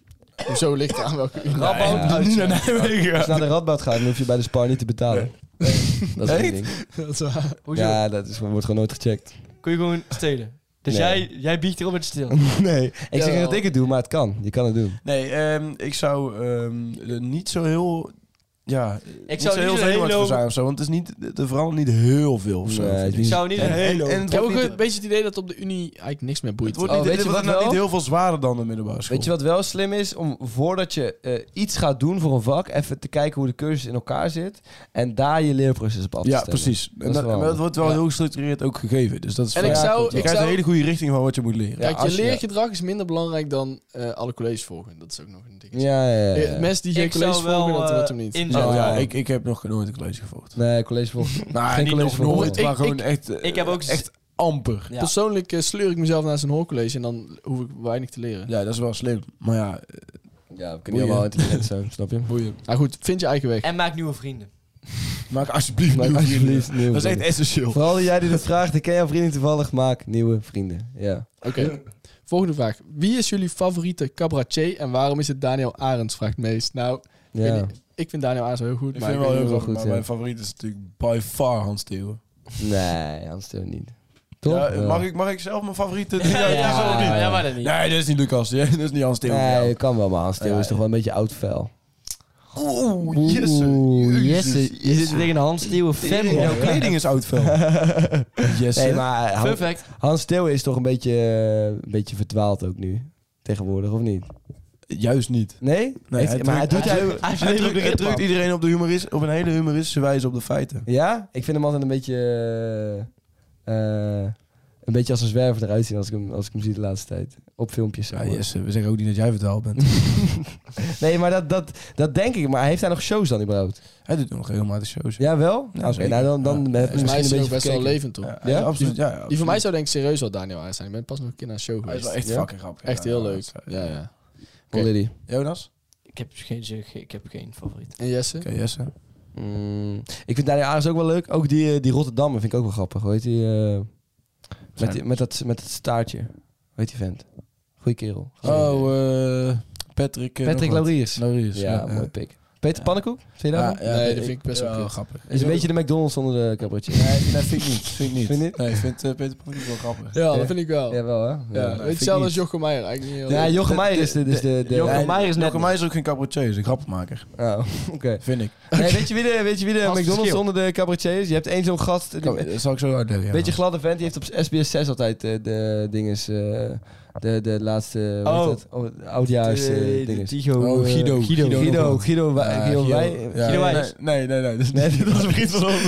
Zo ligt het aan welke Unie. ja. Nu naar Nijmegen. Als je naar de Radboud gaat, dan hoef je bij de Spar niet te betalen. *laughs* Dat is één ding. Dat is waar. Hoezo? Ja, dat is, wordt gewoon nooit gecheckt. Kun je gewoon stelen. Dus Nee. jij, jij biegt erop en stil. *laughs* Nee, ik zeg niet dat ik het doe, maar het kan. Je kan het doen. Nee, ehm, ik zou ehm, er niet zo heel... Ja, Ik niet zou niet zo heel zenuwachtig voor lopen. zijn of zo. Want het is niet, er verandert niet heel veel of zo. Nee, vind het ik. Ik is- zou niet een En- hele... en- en het Ik heb wordt ook niet- een beetje het idee dat op de Unie eigenlijk niks meer boeit. Het wordt Oh, niet, weet het je wordt wat nou wel? niet heel veel zwaarder dan de middelbare school. Weet je wat wel slim is? Om voordat je eh, iets gaat doen voor een vak, even te kijken hoe de cursus in elkaar zit. En daar je leerproces op af te Ja, stemmen. precies. is En dat, wel maar dat wordt wel handig. heel gestructureerd ook gegeven. Dus dat is En wel- ik zou- klopt. je ik krijgt zou- een hele goede richting van wat je moet leren. Oh, Kijk, Ja, als je je- leergedrag is minder belangrijk dan eh, alle colleges volgen. Dat is ook nog een ding. Ja, ja, ja. ja. Eh, Mensen die geen Ik colleges zou wel, volgen, dat eh, wordt hem niet. in- Nou Ja. ja, ik, ik heb nog nooit een college gevolgd. Nee, college *laughs* volgt. Nou, Geen niet college nog volgen. nooit, Ik- maar gewoon ik- echt, eh, ik heb ook z- echt amper. Ja. Persoonlijk eh, sleur ik mezelf naar zo'n hoorcollege en dan hoef ik weinig te leren. Ja, dat is wel slim. Maar ja, eh, Ja, we kunnen wel intelligent zijn, *laughs* snap je? boeien. Nou goed, vind je eigen weg. En maak nieuwe vrienden. Maak alsjeblieft Maak nieuwe alsjeblieft vrienden. nieuwe Dat is echt vrienden. essentieel. Vooral jij die dat vraagt, ik ken jouw vrienden toevallig, maak nieuwe vrienden. Ja. Oké. Volgende vraag. Wie is jullie favoriete cabaretier en waarom is het Daniel Arends? Vraagt Mees. Nou, ik, ja. weet niet. ik vind Daniel Arends wel heel goed. Ik maar vind wel weet heel niet goed, goed, maar ja. mijn favoriet is natuurlijk by far Hans Steeuwen. Nee, Hans Theo niet. Toch? Ja, eh, mag, ik, mag ik zelf mijn favoriete? Ja, Ja, dat is ook niet. ja, ja, maar dat niet. Nee, dat is niet Lucas. *laughs* Ja, dat is niet Hans Steeuwen. Nee, dat kan wel, maar Hans Theo Ja, is toch ja. wel een beetje oud vuil. Oeh, jesse. Oeh, Oh, Jezus. jesse. Je zit tegen een handstieuwe Tering, Jouw kleding is oud vuil. Jesse. Nee, maar Han- Perfect. Hans Theo is toch een beetje, eh, een beetje verdwaald ook nu. Tegenwoordig, of niet? Juist niet. Nee? Nee, Heeft- hij maar hij doet... Hij drukt- Hij is Hij een drukt, hij drukt hele iedereen op, de humoris, op een hele humoristische wijze op de feiten. Ja? Ik vind hem altijd een beetje... eh, eh, een beetje als een zwerver eruit zien als ik hem, als ik hem zie de laatste tijd. Op filmpjes. zeg Ja, maar. Jesse, we zeggen ook niet dat jij vertaald bent. Nee, maar dat, dat, dat denk ik. Maar heeft hij nog shows dan überhaupt? hij doet nog regelmatig shows. Ja, wel? Ja, Oké, zeker. nou dan, dan Ja. heb je Volgens mij misschien een is hij beetje ook best wel verkeken. levend, toch? Ja, Ja? absoluut. Ja, Die van mij zou denk ik serieus wel Daniel Arends zijn. Ik ben pas nog een keer naar een show Hij is geweest. wel echt Ja? fucking grappig. Echt Ja, heel ja, leuk. dat is- Ja, ja. Paul Diddy. Jonas? Ik heb dus geen, ik heb geen favoriet. En Jesse? Oké, Jesse. Mm, ik vind Daniel Aars ook wel leuk. Ook die, eh, die Rotterdammer vind ik ook wel grappig. Hoe heet die? eh, met, die- met, dat, met dat staartje. Hoe heet die vent? Goeie kerel. Oh, eh, Patrick. eh, Patrick nog wat. Lauriers. Lauriers. Ja, mooi pik. Peter Ja. eh, Pannenkoek? Vind je dat? wel? Nee, dat vind ik best wel Ah, ja, kut. grappig. Is een beetje de McDonald's onder de cabaretje. Nee, dat vind ik niet. Vind ik niet. Vind je niet? Nee, ik vind eh, Peter Pan niet wel grappig. Ja, dat vind ik wel. Ja, Jawel, hè? Ja. Weet vind je, ik zelfs niet. als Jochem Meijer. Eigenlijk niet heel Ja, Jochem Meijer is de... Dus de, de Jochem Ja, Meijer is net Jochem Meijer is ook geen cabaretier, is een grappenmaker. Oh, *laughs* oké. Vind ik. Nee, weet je wie de, weet je wie de Als het McDonald's verschil. onder de cabaretier is? Je hebt één zo'n gast... die- Dat zal ik zo uitleggen. ja. Beetje gladde vent, die heeft op SBS 6 altijd eh, de dinges, eh, de, de laatste, hoe Oh. heet dat? Oh, oudjaars eh, dinges. Tigo. Oh, Guido. Guido, Guido, Guido, Wa- Ja, Guido Guido. Wij- *laughs* Ja, Guido nee, Wijs. Nee, nee, nee. dat is Nee, niet- dit was een vriend van *laughs* ons.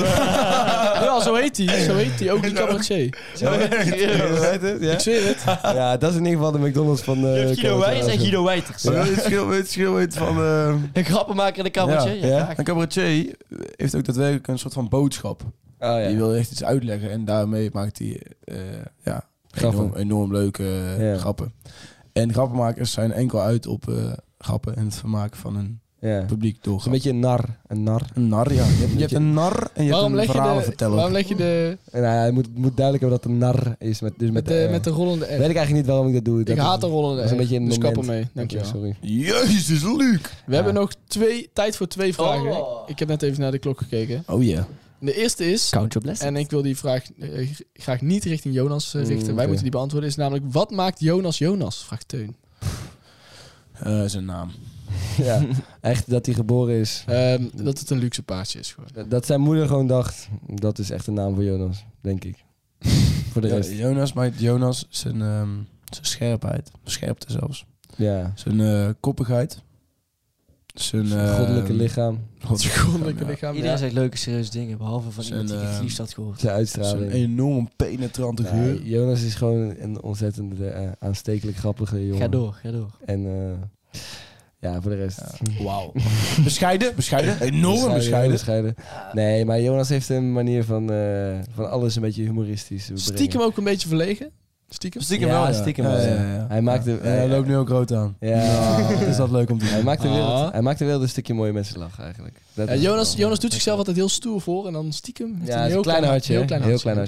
Ja, zo heet hij. Zo heet hij. Ook die cabaretier. *laughs* Guido Wijters, Ik ja? zweer het. *laughs* ja, dat is in ieder geval de McDonald's van... eh, Guido Cambodja. Wijs en Guido Wijters. Maar wil je het verschil- wil je het verschil weten van... eh, Een grappenmaker in de kamertje. Ja. Ja, graag. Een cabaretier heeft ook daadwerkelijk een soort van boodschap. Oh ja. Die wil echt iets uitleggen en daarmee maakt hij eh, ja, Grappen. enorm, enorm leuke eh, Ja. grappen. En grappenmakers zijn enkel uit op eh, grappen en het vermaken van een Ja. publiek doorgaat. Een beetje een nar. Een nar. een nar, ja. Je hebt, je hebt een nar en je Waarom hebt leg, je een de, verhalenverteller. waarom leg je de... Nou ja, het moet, het moet duidelijk hebben dat het een nar is. Met, dus met, Met de, R. met de rollende Weet R. ik eigenlijk niet waarom ik dat doe. Ik dat haat is- de rollende dat is een R. beetje een Dus kap moment. ermee. Oké, Dankjewel. Sorry. Jezus, Luc! We hebben nog twee, tijd voor twee vragen. Ik- Ik heb net even naar de klok gekeken. Oh ja. De eerste is, Count your blessings. en ik wil die vraag eh, graag niet richting Jonas eh, richten. Mm, Wij oké. moeten die beantwoorden. Is namelijk, wat maakt Jonas Jonas? Vraagt Teun. Eh, zijn naam. ja. Echt dat hij geboren is. Ehm, dat het een luxe paardje is gewoon. *laughs* Dat- Dat zijn moeder gewoon dacht. Dat is echt een naam voor Jonas. Denk ik. voor de Ja, rest. Jonas maakt Jonas zijn, ehm, zijn scherpheid. Scherpte zelfs. Ja. Zijn eh, koppigheid. Zijn Zijn goddelijke ehm, *laughs* lichaam. goddelijke Goddelijke lichaam, ja. lichaam. Iedereen ja. zegt leuke, serieuze dingen, behalve van Zijn, iemand die ik eh, het liefst had gehoord. Zijn Zijn uitstraling. enorm penetrante Nee, geur. Jonas is gewoon een ontzettend eh, aanstekelijk grappige jongen. Ga door, ga door. En eh, ja, voor de rest. Wauw. bescheiden, bescheiden. Enorm Bescheiden, bescheiden. bescheiden. Nee, maar Jonas heeft een manier van, eh, van alles een beetje humoristisch. te brengen. Stiekem ook een beetje verlegen. Stiekem. Stiekem Ja, wel, ja. stiekem wel, ja. Hij maakt de- Ja, hij loopt nu ook rood aan. *laughs* Ja. Is dat leuk om te Hij zien? maakt, de wereld, Ah. hij maakt de wereld een stukje mooie mensen lachen eigenlijk. Dat Ja, is het Jonas, wel. Jonas doet zichzelf altijd heel stoer voor en dan stiekem. heeft hij Ja, heel klein hartje. Heel klein hartje. Heel klein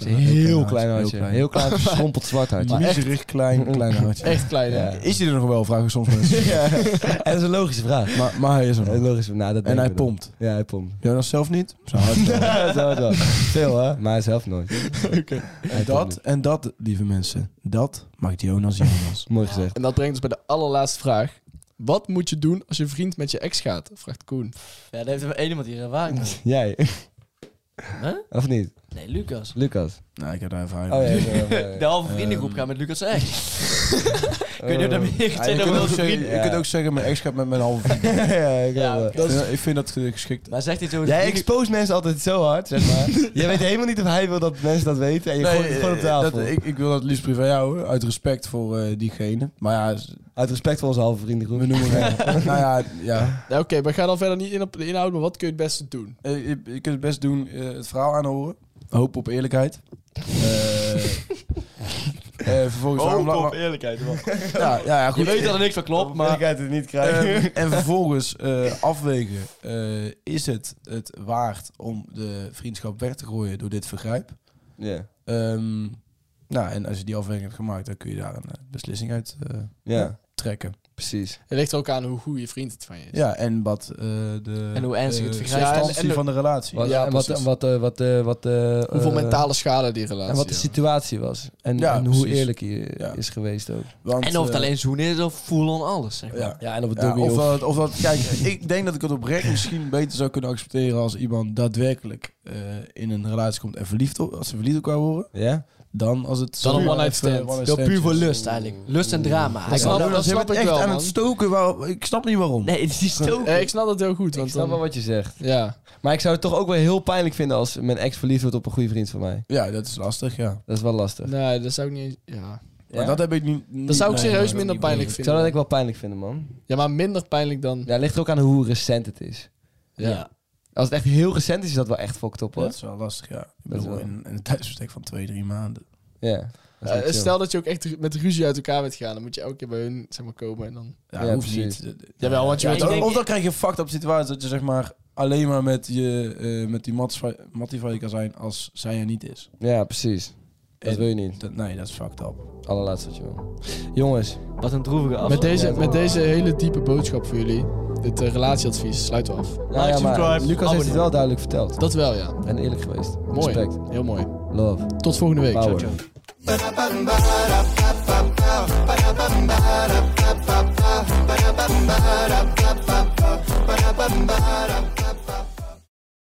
hartje. klein. Heel klein, verschrompeld zwart *laughs* hartje. Miezerig, klein, klein hartje. *laughs* Echt klein, hè? Ja. Is hij er nog wel, vragen soms *laughs* mensen. *laughs* Ja. En dat is een logische vraag. Maar, maar hij is er Een nog. logische, nou, dat En denken hij we dan. pompt. Ja, hij pompt. Jonas zelf niet. *laughs* Zo *laughs* hard. Zo is het wel. *laughs* Veel hè, maar hij zelf nooit. Hij En dat, pompt en dat, lieve mensen, dat maakt *laughs* Jonas Jonas. niet. Mooi gezegd. En dat brengt ons bij de allerlaatste vraag. Wat moet je doen als je vriend met je ex gaat? Vraagt Koen. Ja, daar heeft er maar één iemand hier *laughs* ervaring mee. Jij, Huh? of niet? Nee, Lucas. Lucas. nou, ik heb daar ervaring Oh ja, mee. ja, ja, De ja. halve vriendengroep gaat met Lucas echt. Ik weet niet of Oh. dat Ah, meer Ja, je, gezegd kunt ook over zeggen, vrienden. je kunt ook zeggen, mijn ex gaat met mijn halve vriend. *laughs* Ja, ik Ja, wel. oké. Ik vind- Ik vind dat eh, geschikt. Maar zegt hij zo... Jij exposeert mensen altijd zo hard, zeg *laughs* maar. Jij weet helemaal niet of hij wil dat mensen dat weten. En je gooit het gewoon op eh, tafel. dat, ik, ik wil dat liefst privé houden, uit respect voor eh, diegene. Maar ja, s- *laughs* Uit respect voor onze halve vriendengroep. we noemen *laughs* hem. nou ja, ja. Nou, Oké, we gaan dan verder niet in op de inhoud, maar wat kun je het beste doen? Eh, je, je kunt het best doen, eh, het verhaal aanhoren. Hoop op eerlijkheid. Eh, *laughs* eh, vervolgens aanbla- eerlijkheid, *laughs* man. Ja, ja, ja, Je goed. weet dat er *laughs* niks van klopt, Maar ik maar... uit het niet krijgen. Ehm, en vervolgens eh, afwegen, eh, is het het waard om de vriendschap weg te gooien door dit vergrijp? Ja. Ehm, nou, en als je die afweging hebt gemaakt, dan kun je daar een eh, beslissing uit eh, ja, trekken. precies. Het ligt er ook aan hoe goed je vriend het van je is. Ja, en wat eh, de En hoe ernstig het eh, vergrijp is. substantie Ja, en- en- van de relatie. Wat, Ja, en wat, precies. wat, eh, wat, eh, wat, eh, Hoeveel eh, mentale schade die relatie En wat de heeft. situatie was. En, Ja, en hoe precies. eerlijk hij Ja. is geweest ook. Want, En of het eh, alleen zoenen is of full on alles, zeg maar. Ja. Ja, en op het Ja, of, of, dat, of dat, kijk, *laughs* ik denk dat ik het oprecht misschien beter zou kunnen accepteren als iemand daadwerkelijk eh, in een relatie komt en verliefd op, als ze verliefd op elkaar worden, Ja? dan als het Dan een puur one-night even stand. one-night Dat puur voor is. lust, eigenlijk. Lust en drama. Hij snap kan- dat Jonas, je snap bent ik echt wel, aan man. het stoken, waar, ik snap niet waarom. Nee, die is ook... Eh, ik snap dat heel goed. Want Ik snap wel dan, wat je zegt. ja. Maar ik zou het toch ook wel heel pijnlijk vinden als mijn ex verliefd wordt op een goede vriend van mij. Ja, dat is lastig, ja. Dat is wel lastig. Nee, dat zou ik niet... Ja. Maar dat heb ik niet... Dat zou ik nee, serieus nee, minder dat pijnlijk Ik vinden. zou dat ik wel pijnlijk vinden, man. Ja, maar minder pijnlijk dan... Ja, het ligt er ook aan hoe recent het is. Ja. Ja. Als het echt heel recent is, is dat wel echt fucked up, hoor. Dat is wel lastig, ja. Ik Dat is bedoel, wel- in, in een tijdsbestek van twee, drie maanden. Ja. dat is Eh, niet chill. stel dat je ook echt met ruzie uit elkaar bent gegaan. Dan moet je elke keer bij hun zeg maar, komen en dan... Ja, Ja, hoeft precies. niet. Jawel, want je Ja, weet ik ook- denk- of dan krijg je een fucked up situatie dat je zeg maar alleen maar met, je, eh, met die mattie van- mattie van je kan zijn als zij er niet is. Ja, precies. Dat En- wil je niet. Dat, nee, dat is fucked up. Allerlaatste wat je wil. Jongens, Wat een droevige afspraak. Met deze, met deze hele diepe boodschap voor jullie, dit eh, relatieadvies, sluiten we af. nou ja, maar subscribe, Lucas heeft het abonneer. wel duidelijk verteld. Dat wel, ja. En eerlijk geweest. Mooi. Respect. Heel mooi. Love. Tot volgende week. Power.